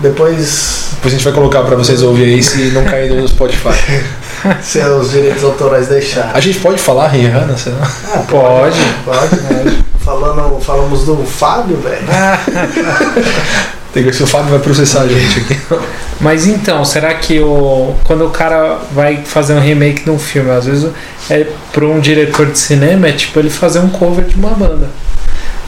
Speaker 3: Depois.
Speaker 2: Depois a gente vai colocar pra vocês ouvirem aí se não cair no Spotify.
Speaker 3: Se é os direitos autorais
Speaker 2: A
Speaker 3: deixarem.
Speaker 2: gente pode falar, Rihanna? será?
Speaker 3: Ah,
Speaker 1: Pode.
Speaker 3: Pode, né? Falando, falamos do Fábio, velho.
Speaker 2: Tem que ver se o Fábio vai processar a gente aqui.
Speaker 1: Mas então, será que o quando o cara vai fazer um remake de um filme, às vezes é para um diretor de cinema é tipo ele fazer um cover de uma banda.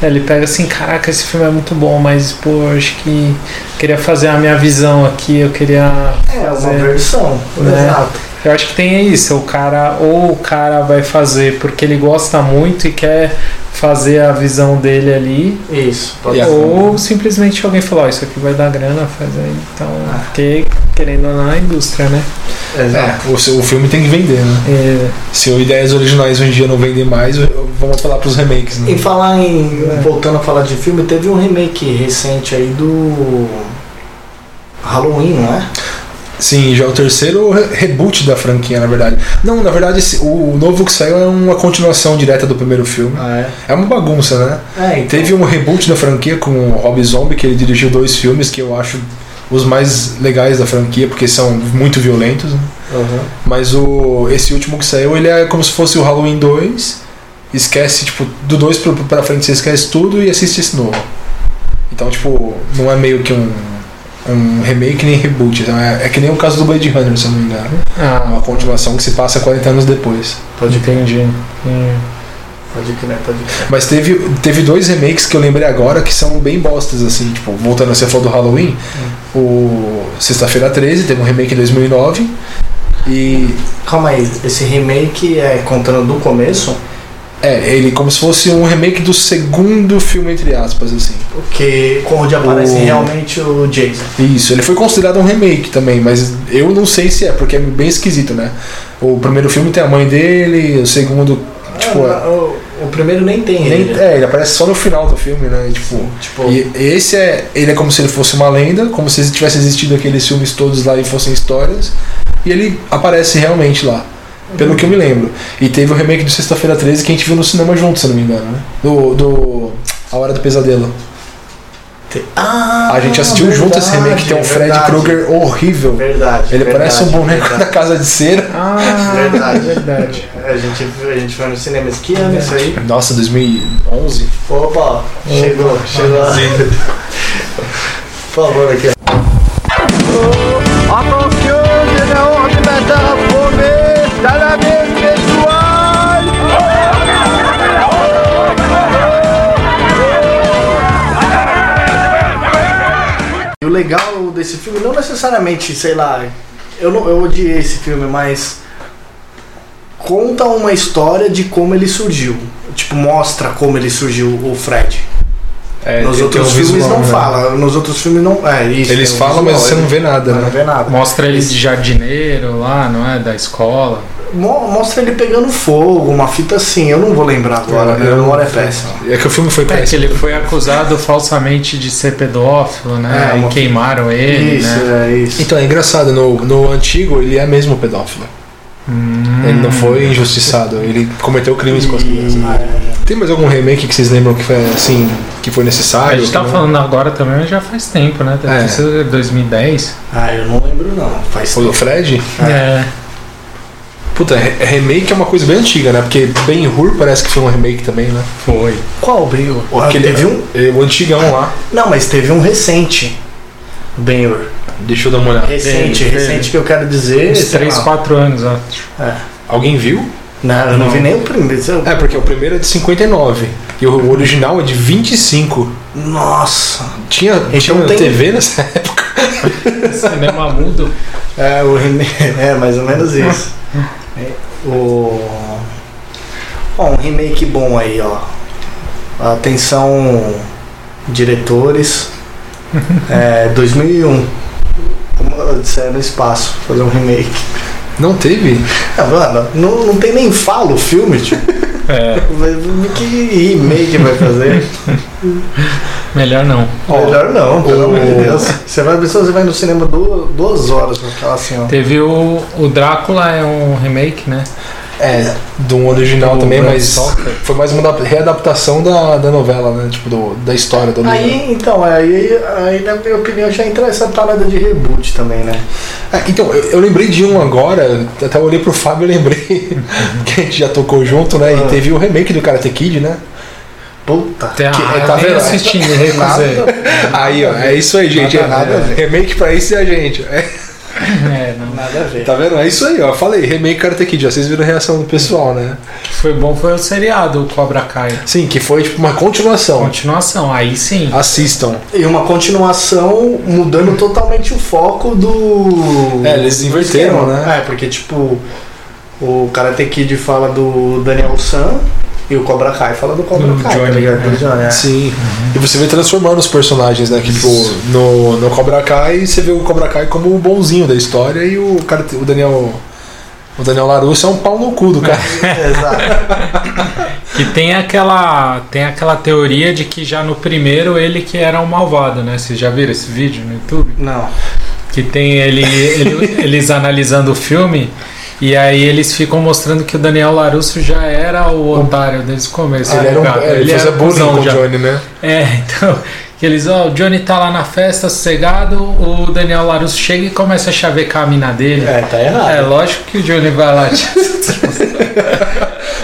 Speaker 1: Ele pega assim, caraca, esse filme é muito bom, mas pô, acho que queria fazer a minha visão aqui, eu queria
Speaker 3: É uma
Speaker 1: fazer.
Speaker 3: versão,
Speaker 1: Né?
Speaker 3: exato.
Speaker 1: Eu acho que tem isso, o cara ou o cara vai fazer porque ele gosta muito e quer fazer a visão dele ali,
Speaker 3: Isso, pode
Speaker 2: Yeah.
Speaker 1: Ou simplesmente alguém falou, ó, isso aqui vai dar grana, faz aí. Então,
Speaker 3: Ah.
Speaker 1: porque querendo ou não, é indústria, né?
Speaker 3: ser. Exato.
Speaker 2: É, o, seu- o filme tem que vender, né?
Speaker 1: É,
Speaker 2: Se o ideias originais hoje em dia não vendem mais, eu- vamos apelar pros remakes, né?
Speaker 3: Em falar em.
Speaker 1: É.
Speaker 3: Voltando a falar de filme, teve um remake recente aí do. Halloween, não é?
Speaker 2: Sim, já é o terceiro re- reboot da franquia, na verdade. Não, na verdade, esse- o novo que saiu é uma continuação direta do primeiro filme.
Speaker 3: Ah, é?
Speaker 2: É uma bagunça, né?
Speaker 3: É, então.
Speaker 2: Teve um reboot da franquia com o Rob Zombie, que ele dirigiu dois filmes que eu acho os mais legais da franquia, porque são muito violentos. né?
Speaker 3: Uhum.
Speaker 2: Mas o esse último que saiu, ele é como se fosse o Halloween 2. Esquece, tipo, do 2 pra, pra frente você esquece tudo e assiste esse novo. Então, tipo, não é meio que um, um remake nem reboot. Então é, é que nem o caso do Blade Runner, se eu não me engano. É
Speaker 1: Ah,
Speaker 2: uma continuação que se passa 40 anos depois.
Speaker 3: Pode crer,
Speaker 1: entendi. Hum.
Speaker 3: pode crer, pode crer.
Speaker 2: Mas teve, teve dois remakes que eu lembrei agora que são bem bostas, assim, tipo, voltando a ser falou do Halloween, o Sexta-feira 13 teve um remake em 2009 e
Speaker 3: Calma aí, esse remake é contando do começo?
Speaker 2: é, ele como se fosse um remake do segundo filme, entre aspas, assim.
Speaker 3: Porque onde aparece
Speaker 2: O-
Speaker 3: realmente o Jason.
Speaker 2: Isso, ele foi considerado um remake também, mas eu não sei se é, porque é bem esquisito, né? O primeiro filme tem a mãe dele, o segundo, tipo,
Speaker 3: Ah, o, o primeiro nem tem
Speaker 2: nem-
Speaker 3: ele. né?
Speaker 2: é, ele aparece só no final do filme, né? E, tipo,
Speaker 3: Tipo,
Speaker 2: E esse é. Ele é como se ele fosse uma lenda, como se tivesse existido aqueles filmes todos lá e fossem histórias. E ele aparece realmente lá, pelo que eu me lembro. E teve o remake do Sexta-feira 13 que a gente viu no cinema junto, se eu não me engano, né? Do. do A Hora do Pesadelo.
Speaker 3: te- ah,
Speaker 2: A gente assistiu junto esse remake, tem um Fred
Speaker 3: verdade.
Speaker 2: Krueger horrível.
Speaker 3: Verdade.
Speaker 2: Ele
Speaker 3: verdade,
Speaker 2: parece um boneco
Speaker 3: verdade.
Speaker 2: da casa de cera.
Speaker 1: Ah,
Speaker 3: Verdade.
Speaker 1: verdade.
Speaker 3: A gente, a gente foi no cinema esse que ano isso aí.
Speaker 2: Nossa, 2011?
Speaker 3: Opa, chegou, chegou. Por favor, aqui. E o legal desse filme, não necessariamente, sei lá, eu, não, eu odiei esse filme, mas conta uma história de como ele surgiu. Tipo, mostra como ele surgiu o Fred.
Speaker 2: É,
Speaker 3: nos
Speaker 1: um
Speaker 3: outros filmes não
Speaker 1: né?
Speaker 3: fala. Nos outros filmes não. É, isso.
Speaker 2: né? Eles
Speaker 3: tem um
Speaker 2: falam, mas
Speaker 3: visual,
Speaker 2: você não vê nada,
Speaker 3: Não
Speaker 2: né?
Speaker 3: vê nada.
Speaker 1: Mostra ele de jardineiro lá, não é? Da escola.
Speaker 3: Mo- Mostra ele pegando fogo, uma fita assim, eu não vou lembrar agora, minha memória é péssima.
Speaker 2: É que o filme foi
Speaker 1: É que
Speaker 2: péssimo.
Speaker 1: ele foi acusado falsamente de ser pedófilo, né?
Speaker 3: É, uma-
Speaker 1: E queimaram ele,
Speaker 3: isso,
Speaker 1: né?
Speaker 3: é isso.
Speaker 2: Então, é engraçado, no, no antigo ele é mesmo pedófilo.
Speaker 1: Hum.
Speaker 2: Ele não foi injustiçado, ele cometeu crimes com as crianças. né?
Speaker 3: Ah, é.
Speaker 2: Tem mais algum remake que vocês lembram que foi assim, que foi
Speaker 1: A
Speaker 2: um necessário?
Speaker 1: gente tá
Speaker 3: né?
Speaker 2: Que não-
Speaker 1: falando agora também, mas já faz tempo, né? Deve
Speaker 2: É.
Speaker 1: ter sido 2010.
Speaker 3: Ah, eu não lembro não. Faz
Speaker 2: Foi do Fred?
Speaker 1: É.
Speaker 2: Puta, re- remake é uma coisa bem antiga, né? Porque Ben Hur parece que foi um remake também, né?
Speaker 1: Foi.
Speaker 3: Qual brilho?
Speaker 2: Aquele-
Speaker 3: teve um?
Speaker 2: é, O antigão lá.
Speaker 3: Não, mas teve um recente. Ben Hur.
Speaker 2: Deixa eu dar uma olhada.
Speaker 3: Recente,
Speaker 1: Teve,
Speaker 3: recente que eu quero dizer.
Speaker 1: Uns
Speaker 3: sei
Speaker 1: 3,
Speaker 3: lá. É.
Speaker 1: 4 anos, acho.
Speaker 2: Alguém viu?
Speaker 3: Não, eu não,
Speaker 1: Não.
Speaker 3: vi nem o primeiro. sei lá.
Speaker 2: É, porque o primeiro é de 59 e o original é de 25.
Speaker 3: Nossa.
Speaker 2: Tinha, tinha
Speaker 3: tem-
Speaker 2: TV nessa época?
Speaker 1: Cinema mudo.
Speaker 3: É, o reme- é mais ou menos isso. É, o... Ó, um remake bom aí, ó. Atenção, diretores. É, 2001. Como disseram, no espaço, fazer um remake.
Speaker 2: Não teve?
Speaker 3: Ah, mano, não, não tem nem fala o filme, tipo.
Speaker 1: É.
Speaker 3: Que remake vai fazer?
Speaker 1: Melhor não.
Speaker 2: Ó,
Speaker 3: Melhor não, pelo
Speaker 2: o-
Speaker 3: amor de Deus. Você vai, pessoa, você vai no cinema du- duas horas pra falar assim, ó.
Speaker 1: Teve o, o Drácula, é um remake, né?
Speaker 2: É, de um original
Speaker 1: Do
Speaker 2: também,
Speaker 1: Bram
Speaker 2: mas
Speaker 1: Stoker.
Speaker 2: foi mais uma da- readaptação da, da novela, né? Tipo, do- da história do livro.
Speaker 3: Aí, então, aí, aí na minha opinião já entra essa parada de reboot também, né?
Speaker 2: Ah, então, eu, eu lembrei de um agora, até olhei pro Fábio e lembrei que a gente já tocou junto, né?
Speaker 3: Ah.
Speaker 2: E teve o remake do Karate Kid, né?
Speaker 3: Puta.
Speaker 1: Até
Speaker 2: Que-
Speaker 1: ah,
Speaker 2: tá
Speaker 1: nem
Speaker 2: vendo?
Speaker 1: assisti, me recusei.
Speaker 2: Aí, ó, é isso aí, gente.
Speaker 3: Nada, nada a ver.
Speaker 2: remake pra isso é a gente. É,
Speaker 1: É, não.
Speaker 3: Nada a ver.
Speaker 2: tá vendo? É isso aí, ó. Falei, remake Karate Kid, ó. Vocês viram a reação do pessoal, né?
Speaker 1: O que foi bom foi o seriado, o Cobra Kai.
Speaker 2: Sim, que foi tipo uma continuação.
Speaker 1: Continuação, aí sim.
Speaker 2: Assistam.
Speaker 3: E uma continuação mudando totalmente o foco do.
Speaker 2: É, eles
Speaker 3: do
Speaker 2: inverteram,
Speaker 3: esquema.
Speaker 2: né?
Speaker 3: É, porque tipo, o Karate Kid fala do Daniel San e o Cobra Kai fala do Cobra
Speaker 1: Do
Speaker 3: Kai, tá
Speaker 1: Johnny,
Speaker 3: ligado? Do
Speaker 1: né?
Speaker 3: Johnny, é.
Speaker 2: Sim. E você vê transformando os personagens, né? Que, tipo, no, no Cobra Kai, você vê o Cobra Kai como o bonzinho da história e o cara, o Daniel. O Daniel Larusso é um pau no cu do cara.
Speaker 3: É. Exato.
Speaker 1: Que tem aquela, tem aquela teoria de que já no primeiro ele que era o malvado, né? Vocês já viram esse vídeo no YouTube?
Speaker 3: Não.
Speaker 1: Que tem ele, ele- eles analisando o filme e aí eles ficam mostrando que o Daniel Larusso já era o otário desde o começo. tá
Speaker 2: ele era um,
Speaker 1: gato,
Speaker 2: é, ele fazia bullying
Speaker 1: cuzão
Speaker 2: com o
Speaker 1: já.
Speaker 2: Johnny, né?
Speaker 1: É, então, que eles, ó, o Johnny tá lá na festa, sossegado, o Daniel Larusso chega e começa a chavecar a mina dele.
Speaker 3: É, tá errado.
Speaker 1: É, lógico que o Johnny vai lá. te-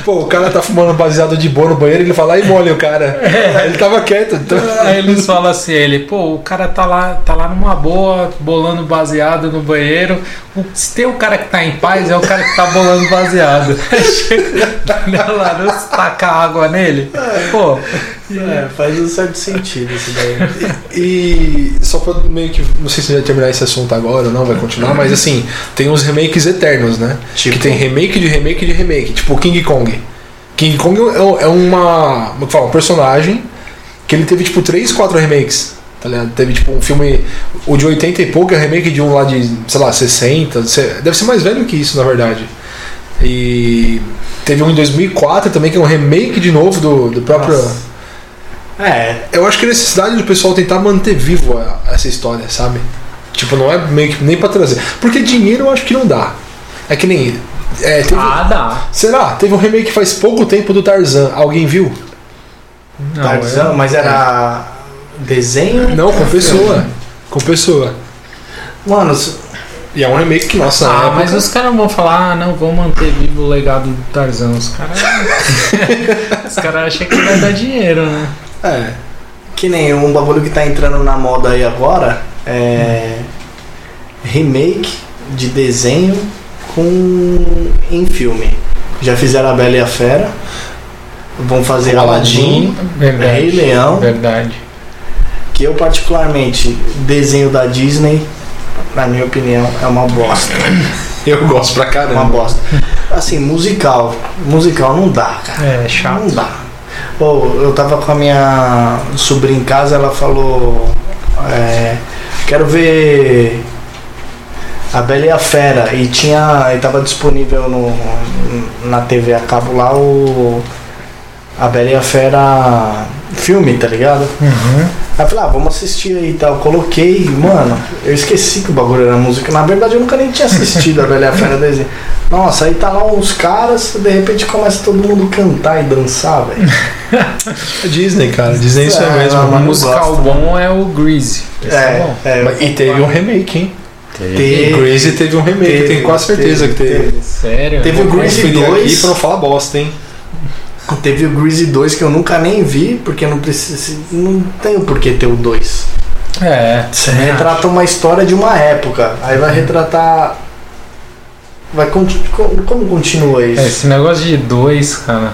Speaker 2: Pô, o cara tá fumando baseado de boa no banheiro, ele vai lá e molha o cara. Ele tava quieto. Então...
Speaker 1: Aí eles falam assim, ele, pô, o cara tá lá, tá lá numa boa, bolando baseado no banheiro. O- Se tem um cara que tá em paz, é o cara que tá bolando baseado. Aí chega o Belarus taca água nele. Pô,
Speaker 3: É, faz um certo sentido isso daí.
Speaker 2: E só pra meio que. Não sei se vai terminar esse assunto agora ou não, vai continuar, mas assim, tem uns remakes eternos, né?
Speaker 3: Tipo?
Speaker 2: Que tem remake de remake de remake, tipo King Kong. King Kong é um- é uma. Como que fala? Um personagem que ele teve tipo 3, 4 remakes. Tá ligado? Teve tipo um filme. O de 80 e pouco é remake de um lá de, sei lá, 60. se- Deve ser mais velho que isso, na verdade. E. Teve um em 2004 também, que é um remake de novo do, do próprio.
Speaker 3: Nossa. É,
Speaker 2: Eu acho que a necessidade do pessoal tentar manter vivo a- essa história, sabe? Tipo, não é meio que nem pra trazer. Porque dinheiro eu acho que não dá. É que nem. é, teve-
Speaker 1: ah, dá.
Speaker 2: Será? Teve um remake faz pouco tempo do Tarzan. Alguém viu?
Speaker 1: Não,
Speaker 3: Tarzan, tá mas era desenho?
Speaker 2: Não, com pessoa. Com pessoa.
Speaker 3: Mano, s-
Speaker 2: E é um remake que, nossa, na
Speaker 1: Ah,
Speaker 2: época-
Speaker 1: mas os caras não vão falar, ah, não, vão manter vivo o legado do Tarzan. Os caras. os caras acham que vai dar dinheiro, né?
Speaker 2: É.
Speaker 3: que nem um bagulho que tá entrando na moda aí agora é remake de desenho com em filme. Já fizeram a Bela e a Fera. Vão fazer Aladdin, Rei
Speaker 1: Verdade.
Speaker 3: Leão.
Speaker 1: Verdade.
Speaker 3: que eu particularmente desenho da Disney, na minha opinião, é uma bosta.
Speaker 2: Eu gosto pra
Speaker 3: É uma
Speaker 2: caramba.
Speaker 3: bosta. Assim, musical. Musical não dá, cara.
Speaker 1: É chato.
Speaker 3: Não dá. Pô, eu tava com a minha sobrinha em casa, ela falou. é, quero ver a Bela e a Fera. E tinha. E tava disponível no, na TV a cabo lá o. A Bela e a Fera filme, tá ligado?
Speaker 1: Uhum.
Speaker 3: Aí eu falei, ah, vamos assistir aí e tal. Coloquei, mano, eu esqueci que o bagulho era música. Na verdade, eu nunca nem tinha assistido a Velha Fera desenho. Nossa, aí tá lá uns caras, de repente começa todo mundo cantar e dançar, velho.
Speaker 2: É Disney, cara. Disney isso é,
Speaker 3: É,
Speaker 2: mesmo.
Speaker 3: não,
Speaker 1: O
Speaker 3: mas-
Speaker 1: musical
Speaker 3: gosto.
Speaker 1: bom é o Grease. Esse é, bom.
Speaker 3: é,
Speaker 2: Mas- E teve um remake, hein?
Speaker 3: Teve.
Speaker 2: E Greasy teve um remake, eu tenho quase certeza que teve.
Speaker 1: Sério?
Speaker 3: Teve o Grease
Speaker 2: Conferir aqui
Speaker 3: 2.
Speaker 2: pra não falar bosta, hein?
Speaker 3: Teve o Greasy 2 que eu nunca nem vi, porque não precisa. Não tem o porquê ter o 2.
Speaker 1: É.
Speaker 3: Retrata uma história de uma época. Aí vai retratar. Vai conti- co- Como continua
Speaker 1: É,
Speaker 3: isso?
Speaker 1: Esse negócio de dois, cara.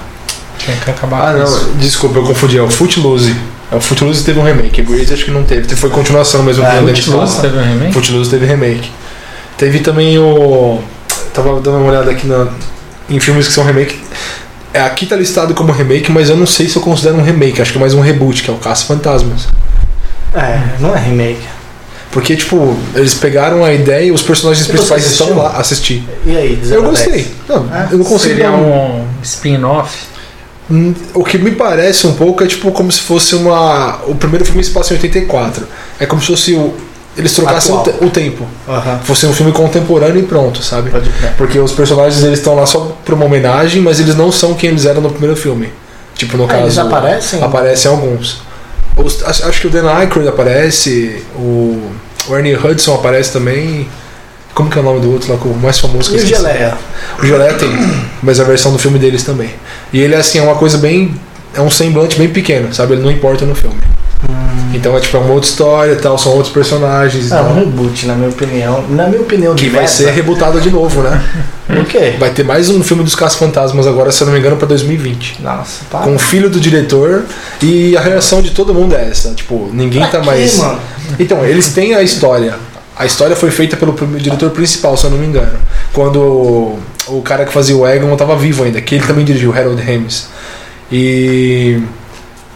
Speaker 1: Tinha que acabar
Speaker 2: Ah,
Speaker 1: com isso.
Speaker 2: não, desculpa, eu confundi. É o Footloose. É, o Footloose teve um remake. O Grease acho que não teve. Foi continuação mesmo.
Speaker 3: Ah,
Speaker 2: que eu lembro de
Speaker 1: Footloose
Speaker 2: falar.
Speaker 1: teve um remake?
Speaker 2: Footloose teve remake. Teve também o. Tava dando uma olhada aqui na... em filmes que são remake. É, aqui tá listado como remake, mas eu não sei se eu considero um remake. Acho que é mais um reboot, que é o Caça Fantasmas.
Speaker 3: É, não é remake.
Speaker 2: Porque, tipo, eles pegaram a ideia e os personagens
Speaker 3: E você
Speaker 2: principais estão
Speaker 3: assistiu?
Speaker 2: lá assistir.
Speaker 3: E aí,
Speaker 2: Eu
Speaker 3: 0 a 10?
Speaker 2: gostei. Não,
Speaker 3: Ah,
Speaker 2: eu não consigo.
Speaker 1: Seria
Speaker 2: dar um-
Speaker 1: um spin-off?
Speaker 2: Hum, O que me parece um pouco é tipo como se fosse uma. O primeiro filme se passa em 84. É como se fosse o. Eles trocassem o,
Speaker 3: Atual.
Speaker 2: te- o tempo.
Speaker 3: Aham.
Speaker 2: Fosse um filme contemporâneo e pronto, sabe?
Speaker 3: Pode crer.
Speaker 2: Porque os personagens eles estão lá só pra uma homenagem, mas eles não são quem eles eram no primeiro filme. Tipo, no
Speaker 3: Ah,
Speaker 2: caso.
Speaker 3: eles aparecem?
Speaker 2: Aparecem alguns. Os- acho, acho que o Dan Aykroyd aparece, o, o Ernie Hudson aparece também. Como que é o nome do outro lá, que o mais famoso que
Speaker 3: E
Speaker 2: eu
Speaker 3: o
Speaker 2: esqueci?
Speaker 3: Geleia?
Speaker 2: O Jolé tem, mas a versão do filme deles também. E ele, assim, é uma coisa bem. É um semblante bem pequeno, sabe? Ele não importa no filme. Então é tipo, é uma outra história e tal, são outros personagens.
Speaker 3: Hum. É um
Speaker 2: então,
Speaker 3: reboot, na minha opinião. Na minha opinião, de
Speaker 2: que vai
Speaker 3: meta.
Speaker 2: ser rebutada de novo, né?
Speaker 3: Por quê?
Speaker 2: Vai ter mais um filme dos Casos Fantasmas agora, se eu não me engano, pra 2020.
Speaker 3: Nossa, tá.
Speaker 2: Com o filho do diretor e a reação de todo mundo é essa. Tipo, ninguém tá
Speaker 3: Aqui,
Speaker 2: mais.
Speaker 3: mano.
Speaker 2: Então, eles têm a história. A história foi feita pelo prim- diretor principal, se eu não me engano. Quando o- o cara que fazia o Egon tava vivo ainda, que ele também dirigiu, Harold Hames. E.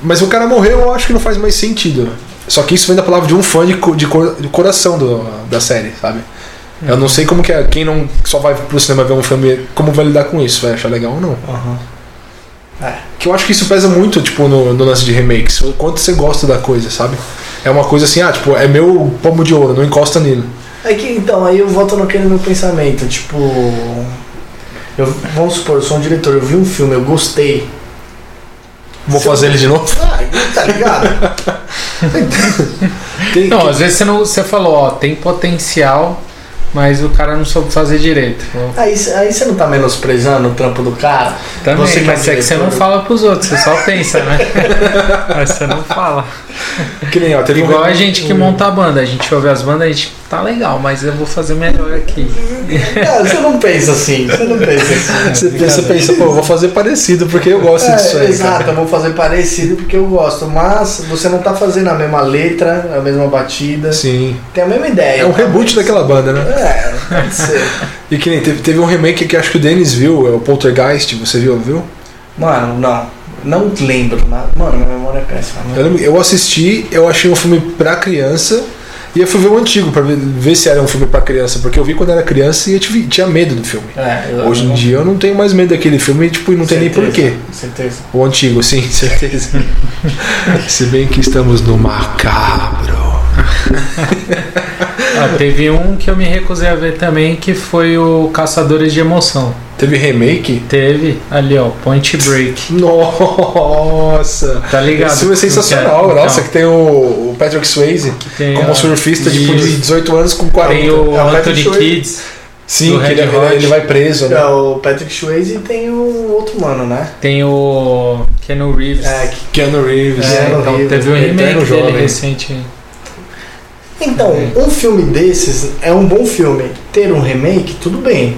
Speaker 2: Mas o cara morreu, eu acho que não faz mais sentido. Só que isso vem da palavra de um fã de, co- de, cor- de coração do- da série, sabe? Eu não sei como que é. Quem não só vai pro cinema ver um filme, como vai lidar com isso? Vai achar legal ou não?
Speaker 3: Aham.
Speaker 2: Que eu acho que isso pesa muito, tipo, no, no lance de remakes. O quanto você gosta da coisa, sabe? É uma coisa assim, ah, tipo, é meu pomo de ouro, não encosta nele.
Speaker 3: É que, então, aí eu volto naquele meu pensamento. Tipo. Eu, vamos supor, eu sou um diretor, eu vi um filme, eu gostei.
Speaker 2: Vou fazer ele de novo.
Speaker 3: Tá ligado?
Speaker 2: Tem-
Speaker 1: Não,
Speaker 2: que-
Speaker 1: às vezes você, não, você falou, ó, tem potencial, mas o cara não soube fazer direito.
Speaker 3: Aí, aí você não tá menosprezando o trampo do cara?
Speaker 1: Também,
Speaker 3: Você que é
Speaker 1: mas é que você não
Speaker 3: diretor.
Speaker 1: fala pros outros, você só pensa, né? mas você não fala.
Speaker 2: Que nem, ó, teve um
Speaker 1: Igual a
Speaker 2: re-
Speaker 1: gente que
Speaker 2: um-
Speaker 1: monta a banda, a gente ouve as bandas, a gente tá legal, mas eu vou fazer melhor aqui.
Speaker 3: Cara, você não pensa assim. Você não pensa assim.
Speaker 2: Você,
Speaker 1: tá
Speaker 2: você pensa, pô, eu vou fazer parecido porque eu gosto disso aí.
Speaker 3: É,
Speaker 2: cara.
Speaker 3: exato, eu vou fazer parecido porque eu gosto, mas você não tá fazendo a mesma letra, a mesma batida,
Speaker 2: Sim.
Speaker 3: tem a mesma ideia.
Speaker 2: É um reboot daquela banda, né?
Speaker 3: É, pode ser.
Speaker 2: E que nem teve, teve um remake que acho que o Denis viu, é o Poltergeist, você viu, viu?
Speaker 3: Mano, não. Não lembro nada. Mano, minha memória é péssima.
Speaker 2: Eu, lembro- eu assisti, eu achei um filme pra criança e eu fui ver o antigo pra ver, ver se era um filme pra criança, porque eu vi quando era criança e eu tive- tinha medo do filme.
Speaker 3: É, eu-
Speaker 2: Hoje em dia eu não tenho mais medo daquele filme e tipo, não tem nem
Speaker 3: Certeza,
Speaker 2: porquê.
Speaker 3: Certeza.
Speaker 2: O antigo, sim, certeza. se bem que estamos no macabro.
Speaker 1: Ah, teve um que eu me recusei a ver também, que foi o Caçadores de Emoção.
Speaker 2: Teve remake?
Speaker 1: Teve ali, ó, Point Break.
Speaker 2: Nossa!
Speaker 1: Tá ligado?
Speaker 2: Esse filme é sensacional,
Speaker 1: Então,
Speaker 2: nossa, que tem o o Patrick Swayze
Speaker 1: tem
Speaker 2: como
Speaker 1: a-
Speaker 2: surfista tipo, de
Speaker 1: é Isso.
Speaker 2: 18 anos com 40.
Speaker 1: Tem o
Speaker 3: É, o
Speaker 1: Anthony
Speaker 3: Patrick
Speaker 1: Kids,
Speaker 2: Sim,
Speaker 1: do
Speaker 2: que ele,
Speaker 1: Red
Speaker 2: ele-
Speaker 1: Hot.
Speaker 2: ele vai preso, né?
Speaker 3: É, o Patrick Swayze tem o outro mano, né?
Speaker 1: tem o Keanu Reeves.
Speaker 3: É, que-
Speaker 2: Keanu Reeves.
Speaker 1: É,
Speaker 3: é
Speaker 1: então
Speaker 3: horrível.
Speaker 1: teve um
Speaker 2: Ele
Speaker 1: remake
Speaker 2: era um
Speaker 1: dele
Speaker 2: jovem.
Speaker 1: recente.
Speaker 3: Então,
Speaker 2: Uhum.
Speaker 3: um filme desses é um bom filme. Ter um remake, tudo bem.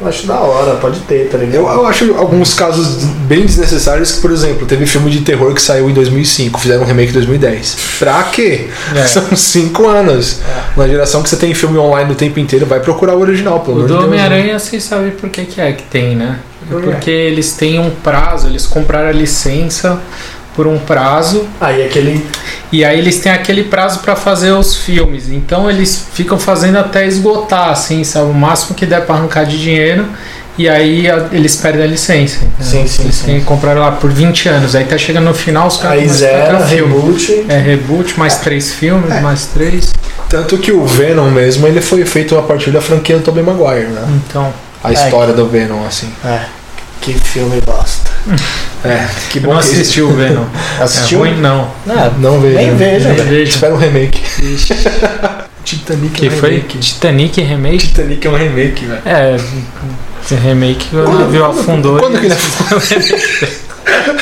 Speaker 3: Eu acho da hora, pode ter, tá ligado?
Speaker 2: Eu, eu acho alguns casos bem desnecessários que, por exemplo, teve filme de terror que saiu em 2005, fizeram um remake em 2010. Pra quê?
Speaker 1: É.
Speaker 2: São cinco anos.
Speaker 3: É.
Speaker 2: Na geração que você tem filme online o tempo inteiro, vai procurar o original, pelo
Speaker 1: O
Speaker 2: amor de
Speaker 1: do
Speaker 2: Deus. né?
Speaker 1: Homem-Aranha, vocês sabem por que, que é que tem, né?
Speaker 3: Por quê?
Speaker 1: Porque eles têm um prazo, eles compraram a licença por um prazo,
Speaker 3: Aí aquele.
Speaker 1: e aí eles têm aquele prazo pra fazer os filmes. Então eles ficam fazendo até esgotar, assim, sabe? O máximo que der pra arrancar de dinheiro, e aí a- eles perdem a licença. né?
Speaker 3: Sim, sim,
Speaker 1: Eles
Speaker 3: sim.
Speaker 1: têm que comprar lá por 20 anos, aí tá chegando no final, os caras
Speaker 3: Aí
Speaker 1: começam a
Speaker 3: zera,
Speaker 1: trocar filme.
Speaker 3: reboot. É.
Speaker 1: É reboot, mais três filmes, mais três.
Speaker 3: Tá.
Speaker 2: Tanto que o Venom mesmo, ele foi feito a partir da franquia do Tobey Maguire, né?
Speaker 1: Então,
Speaker 2: A
Speaker 3: É.
Speaker 2: história do Venom, assim.
Speaker 3: É. Que filme bosta.
Speaker 2: É, que
Speaker 1: eu
Speaker 2: bom
Speaker 1: não
Speaker 2: que
Speaker 1: assisti o Venom.
Speaker 3: Assistiu?
Speaker 1: É ruim, não.
Speaker 3: Não,
Speaker 2: Não vejo.
Speaker 3: nem vejo.
Speaker 1: Nem
Speaker 3: velho.
Speaker 1: vejo.
Speaker 2: Espera um remake. Titanic
Speaker 1: Que
Speaker 2: é um
Speaker 1: foi
Speaker 2: remake.
Speaker 1: Titanic remake?
Speaker 2: Titanic é um remake, velho.
Speaker 1: É, esse remake quando o
Speaker 2: Quando-
Speaker 1: navio afundou.
Speaker 2: Quando que ele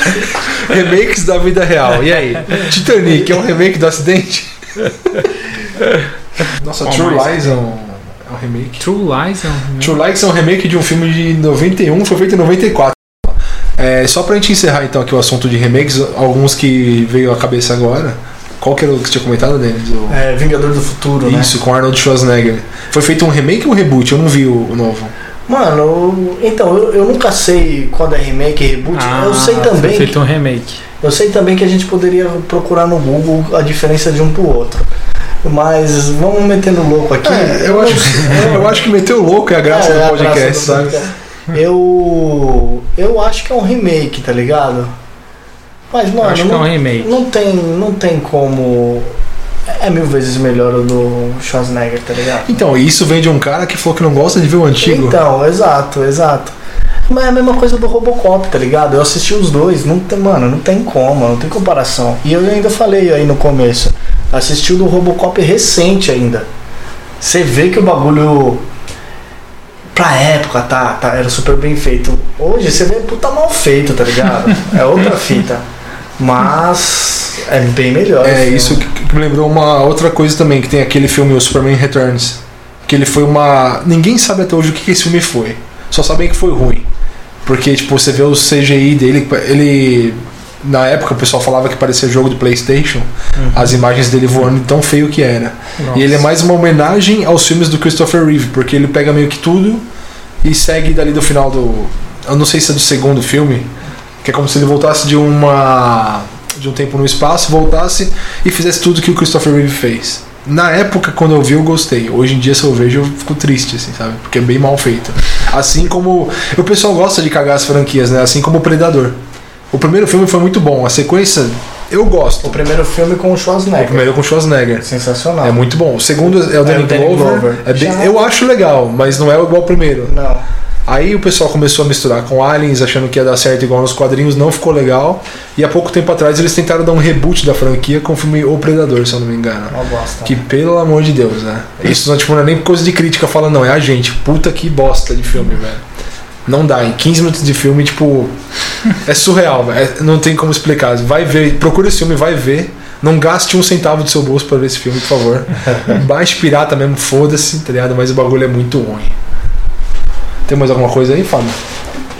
Speaker 2: Remakes da vida real. E aí? Titanic é um remake do acidente? Nossa,
Speaker 1: Qual
Speaker 2: True
Speaker 1: mais?
Speaker 2: Lies é um, é um remake.
Speaker 1: True Lies é um remake.
Speaker 2: True Lies é um remake de um filme de 91, foi feito em 94. É, só pra gente encerrar então aqui o assunto de remakes, alguns que veio à cabeça agora. Qual que era o que você tinha comentado, Denis? O-
Speaker 3: É, Vingador do Futuro, né?
Speaker 2: Isso, com Arnold Schwarzenegger. Foi feito um remake ou um reboot? Eu não vi o, o novo.
Speaker 3: Mano, eu- então, eu, eu nunca sei quando é remake e reboot.
Speaker 1: Ah,
Speaker 3: eu sei também.
Speaker 1: Foi feito um remake.
Speaker 3: Eu sei também que a gente poderia procurar no Google a diferença de um pro outro. Mas vamos metendo louco aqui.
Speaker 2: É, eu, acho, eu acho que meteu louco é a graça
Speaker 3: É, é
Speaker 2: do
Speaker 3: a
Speaker 2: podcast,
Speaker 3: graça do
Speaker 2: sabe?
Speaker 3: podcast. Eu. Eu acho que é um remake, tá ligado? Mas,
Speaker 1: Eu
Speaker 3: mano,
Speaker 1: acho que é
Speaker 3: não,
Speaker 1: um remake.
Speaker 3: não tem, não tem como. É mil vezes melhor o do Schwarzenegger, tá ligado?
Speaker 2: Então, e isso vem de um cara que falou que não gosta de ver o antigo.
Speaker 3: Então, exato, exato. Mas é a mesma coisa do Robocop, tá ligado? Eu assisti os dois, não tem, mano, não tem como, não tem comparação. E eu ainda falei aí no começo, assisti o do Robocop recente ainda. Você vê que o bagulho pra época tá, tá era super bem feito. Hoje você vê puta mal feito, tá ligado? É outra fita. Mas é bem melhor. o
Speaker 2: é
Speaker 3: filme.
Speaker 2: isso que, que me lembrou uma outra coisa também, que tem aquele filme, o Superman Returns. Que ele foi uma. Ninguém sabe até hoje o que, que esse filme foi. Só sabem que foi ruim. Porque, tipo, você vê o CGI dele, ele. Na época o pessoal falava que parecia jogo do Playstation, as imagens dele voando de tão feio que era.
Speaker 1: Nossa.
Speaker 2: E ele é mais uma homenagem aos filmes do Christopher Reeve, porque ele pega meio que tudo e segue dali do final do. Eu não sei se é do segundo filme, que é como se ele voltasse de uma. de um tempo no espaço, voltasse e fizesse tudo que o Christopher Reeve fez. Na época, quando eu vi, eu gostei. Hoje em dia, se eu vejo, eu fico triste, assim, sabe? Porque é bem mal feito. Assim como. O pessoal gosta de cagar as franquias, né? Assim como o Predador. O primeiro filme foi muito bom, a sequência eu
Speaker 3: O
Speaker 2: gosto.
Speaker 3: primeiro filme com o
Speaker 2: O
Speaker 3: Schwarzenegger.
Speaker 2: primeiro com Schwarzenegger.
Speaker 3: Sensacional.
Speaker 2: É muito bom. O segundo é o Danny
Speaker 3: o Danny
Speaker 2: Glover.
Speaker 3: Glover.
Speaker 2: É bem-
Speaker 3: Já.
Speaker 2: eu acho legal, mas não é igual ao primeiro.
Speaker 3: Não.
Speaker 2: A Aí o pessoal começou a misturar com Aliens, achando que ia dar certo igual nos quadrinhos, não ficou legal. E há pouco tempo atrás eles tentaram dar um reboot da franquia com o filme O Predador, se eu não me engano.
Speaker 3: Uma bosta.
Speaker 2: Que pelo amor de Deus, né? Isso não, tipo, não é nem coisa de crítica fala, não, é a gente. Puta que bosta de filme, velho. Não dá, em 15 minutos de filme, tipo. É surreal, velho. É- Não tem como explicar. Vai ver, procura esse filme, vai ver. Não gaste um centavo do seu bolso pra ver esse filme, por favor. Baixe pirata mesmo, foda-se, tá ligado? Mas o bagulho é muito ruim. Tem mais alguma coisa aí, Fábio?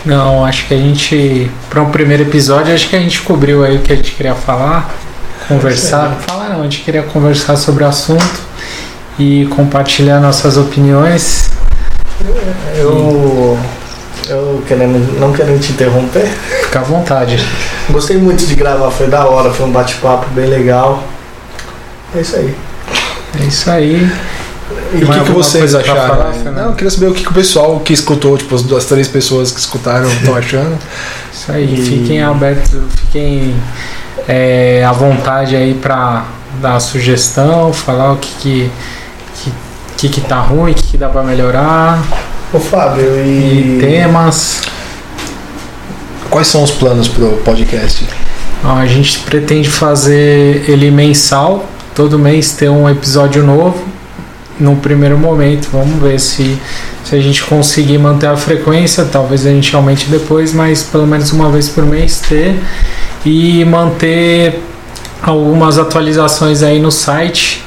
Speaker 1: Não, acho que a gente, para um primeiro episódio, acho que a gente cobriu aí o que a gente queria falar, conversar. Falar não, a gente queria conversar sobre o assunto e compartilhar nossas opiniões.
Speaker 3: Eu. Eu querendo, não querendo te interromper,
Speaker 1: Fica à vontade.
Speaker 3: gostei muito de gravar, foi da hora, foi um bate-papo bem legal. É isso aí.
Speaker 1: É isso aí.
Speaker 2: E
Speaker 1: Mais
Speaker 2: o que, que
Speaker 1: alguma
Speaker 2: vocês
Speaker 1: coisa pra
Speaker 2: acharam?
Speaker 1: falar,
Speaker 2: aí?
Speaker 1: Fernando?
Speaker 2: não, eu queria saber o que, que o pessoal que escutou, tipo, as duas, três pessoas que escutaram estão achando.
Speaker 1: Isso aí,
Speaker 3: E-
Speaker 1: fiquem abertos, fiquem é, à vontade aí pra dar sugestão, falar o que que, que, que, que tá ruim, o que, que dá pra melhorar,
Speaker 3: Ô Fábio,
Speaker 1: e
Speaker 3: e.
Speaker 1: temas.
Speaker 2: Quais são os planos pro podcast?
Speaker 1: Ó, Então, A gente pretende fazer ele mensal, todo mês ter um episódio novo. No primeiro momento, vamos ver se, se a gente conseguir manter a frequência. Talvez a gente aumente depois, mas pelo menos uma vez por mês ter e manter algumas atualizações aí no site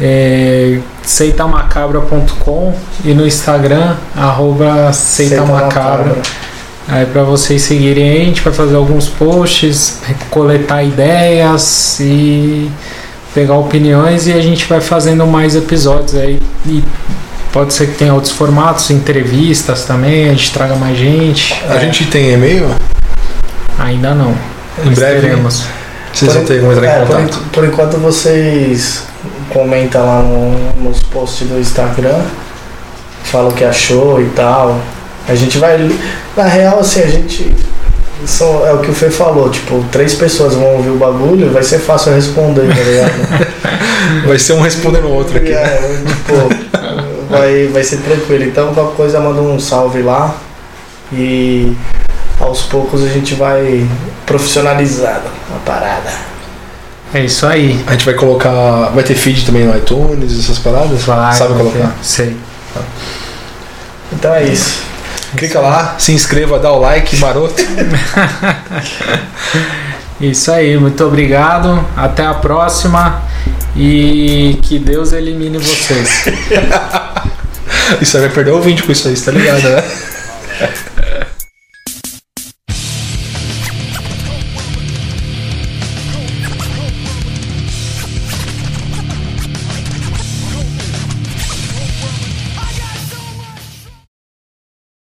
Speaker 1: é, seitamacabra.com e no Instagram arroba seitamacabra. Aí para vocês seguirem aí, a gente vai fazer alguns posts, coletar ideias e pegar opiniões e a gente vai fazendo mais episódios aí. E pode ser que tenha outros formatos, entrevistas também, a gente traga mais gente.
Speaker 2: A gente tem e-mail?
Speaker 1: Ainda não.
Speaker 2: Em
Speaker 1: mas
Speaker 2: breve. né?
Speaker 1: teremos.
Speaker 2: Vocês vão ter como entrar
Speaker 3: É,
Speaker 2: em
Speaker 3: por,
Speaker 2: contato?
Speaker 3: en- por enquanto vocês comentam lá no- nos posts do Instagram, falam o que achou e tal. A gente vai. Na real, assim, a gente. São, é o que o Fê falou, tipo, três pessoas vão ouvir o bagulho, vai ser fácil responder, tá ligado?
Speaker 2: Vai ser um respondendo o outro aqui. né?
Speaker 3: É, tipo, vai, vai ser tranquilo. Então qualquer coisa manda um salve lá e aos poucos a gente vai profissionalizando a parada.
Speaker 1: É isso aí.
Speaker 2: A gente vai colocar. Vai ter feed também no iTunes, essas paradas?
Speaker 1: Vai,
Speaker 2: Sabe
Speaker 1: vai
Speaker 2: colocar?
Speaker 1: ter. Sei.
Speaker 3: Então é isso.
Speaker 2: Clica lá, se inscreva, dá o like, maroto.
Speaker 1: Isso aí, muito obrigado. Até a próxima e que Deus elimine vocês.
Speaker 2: Isso aí vai perder o vídeo com isso aí, você tá ligado, né?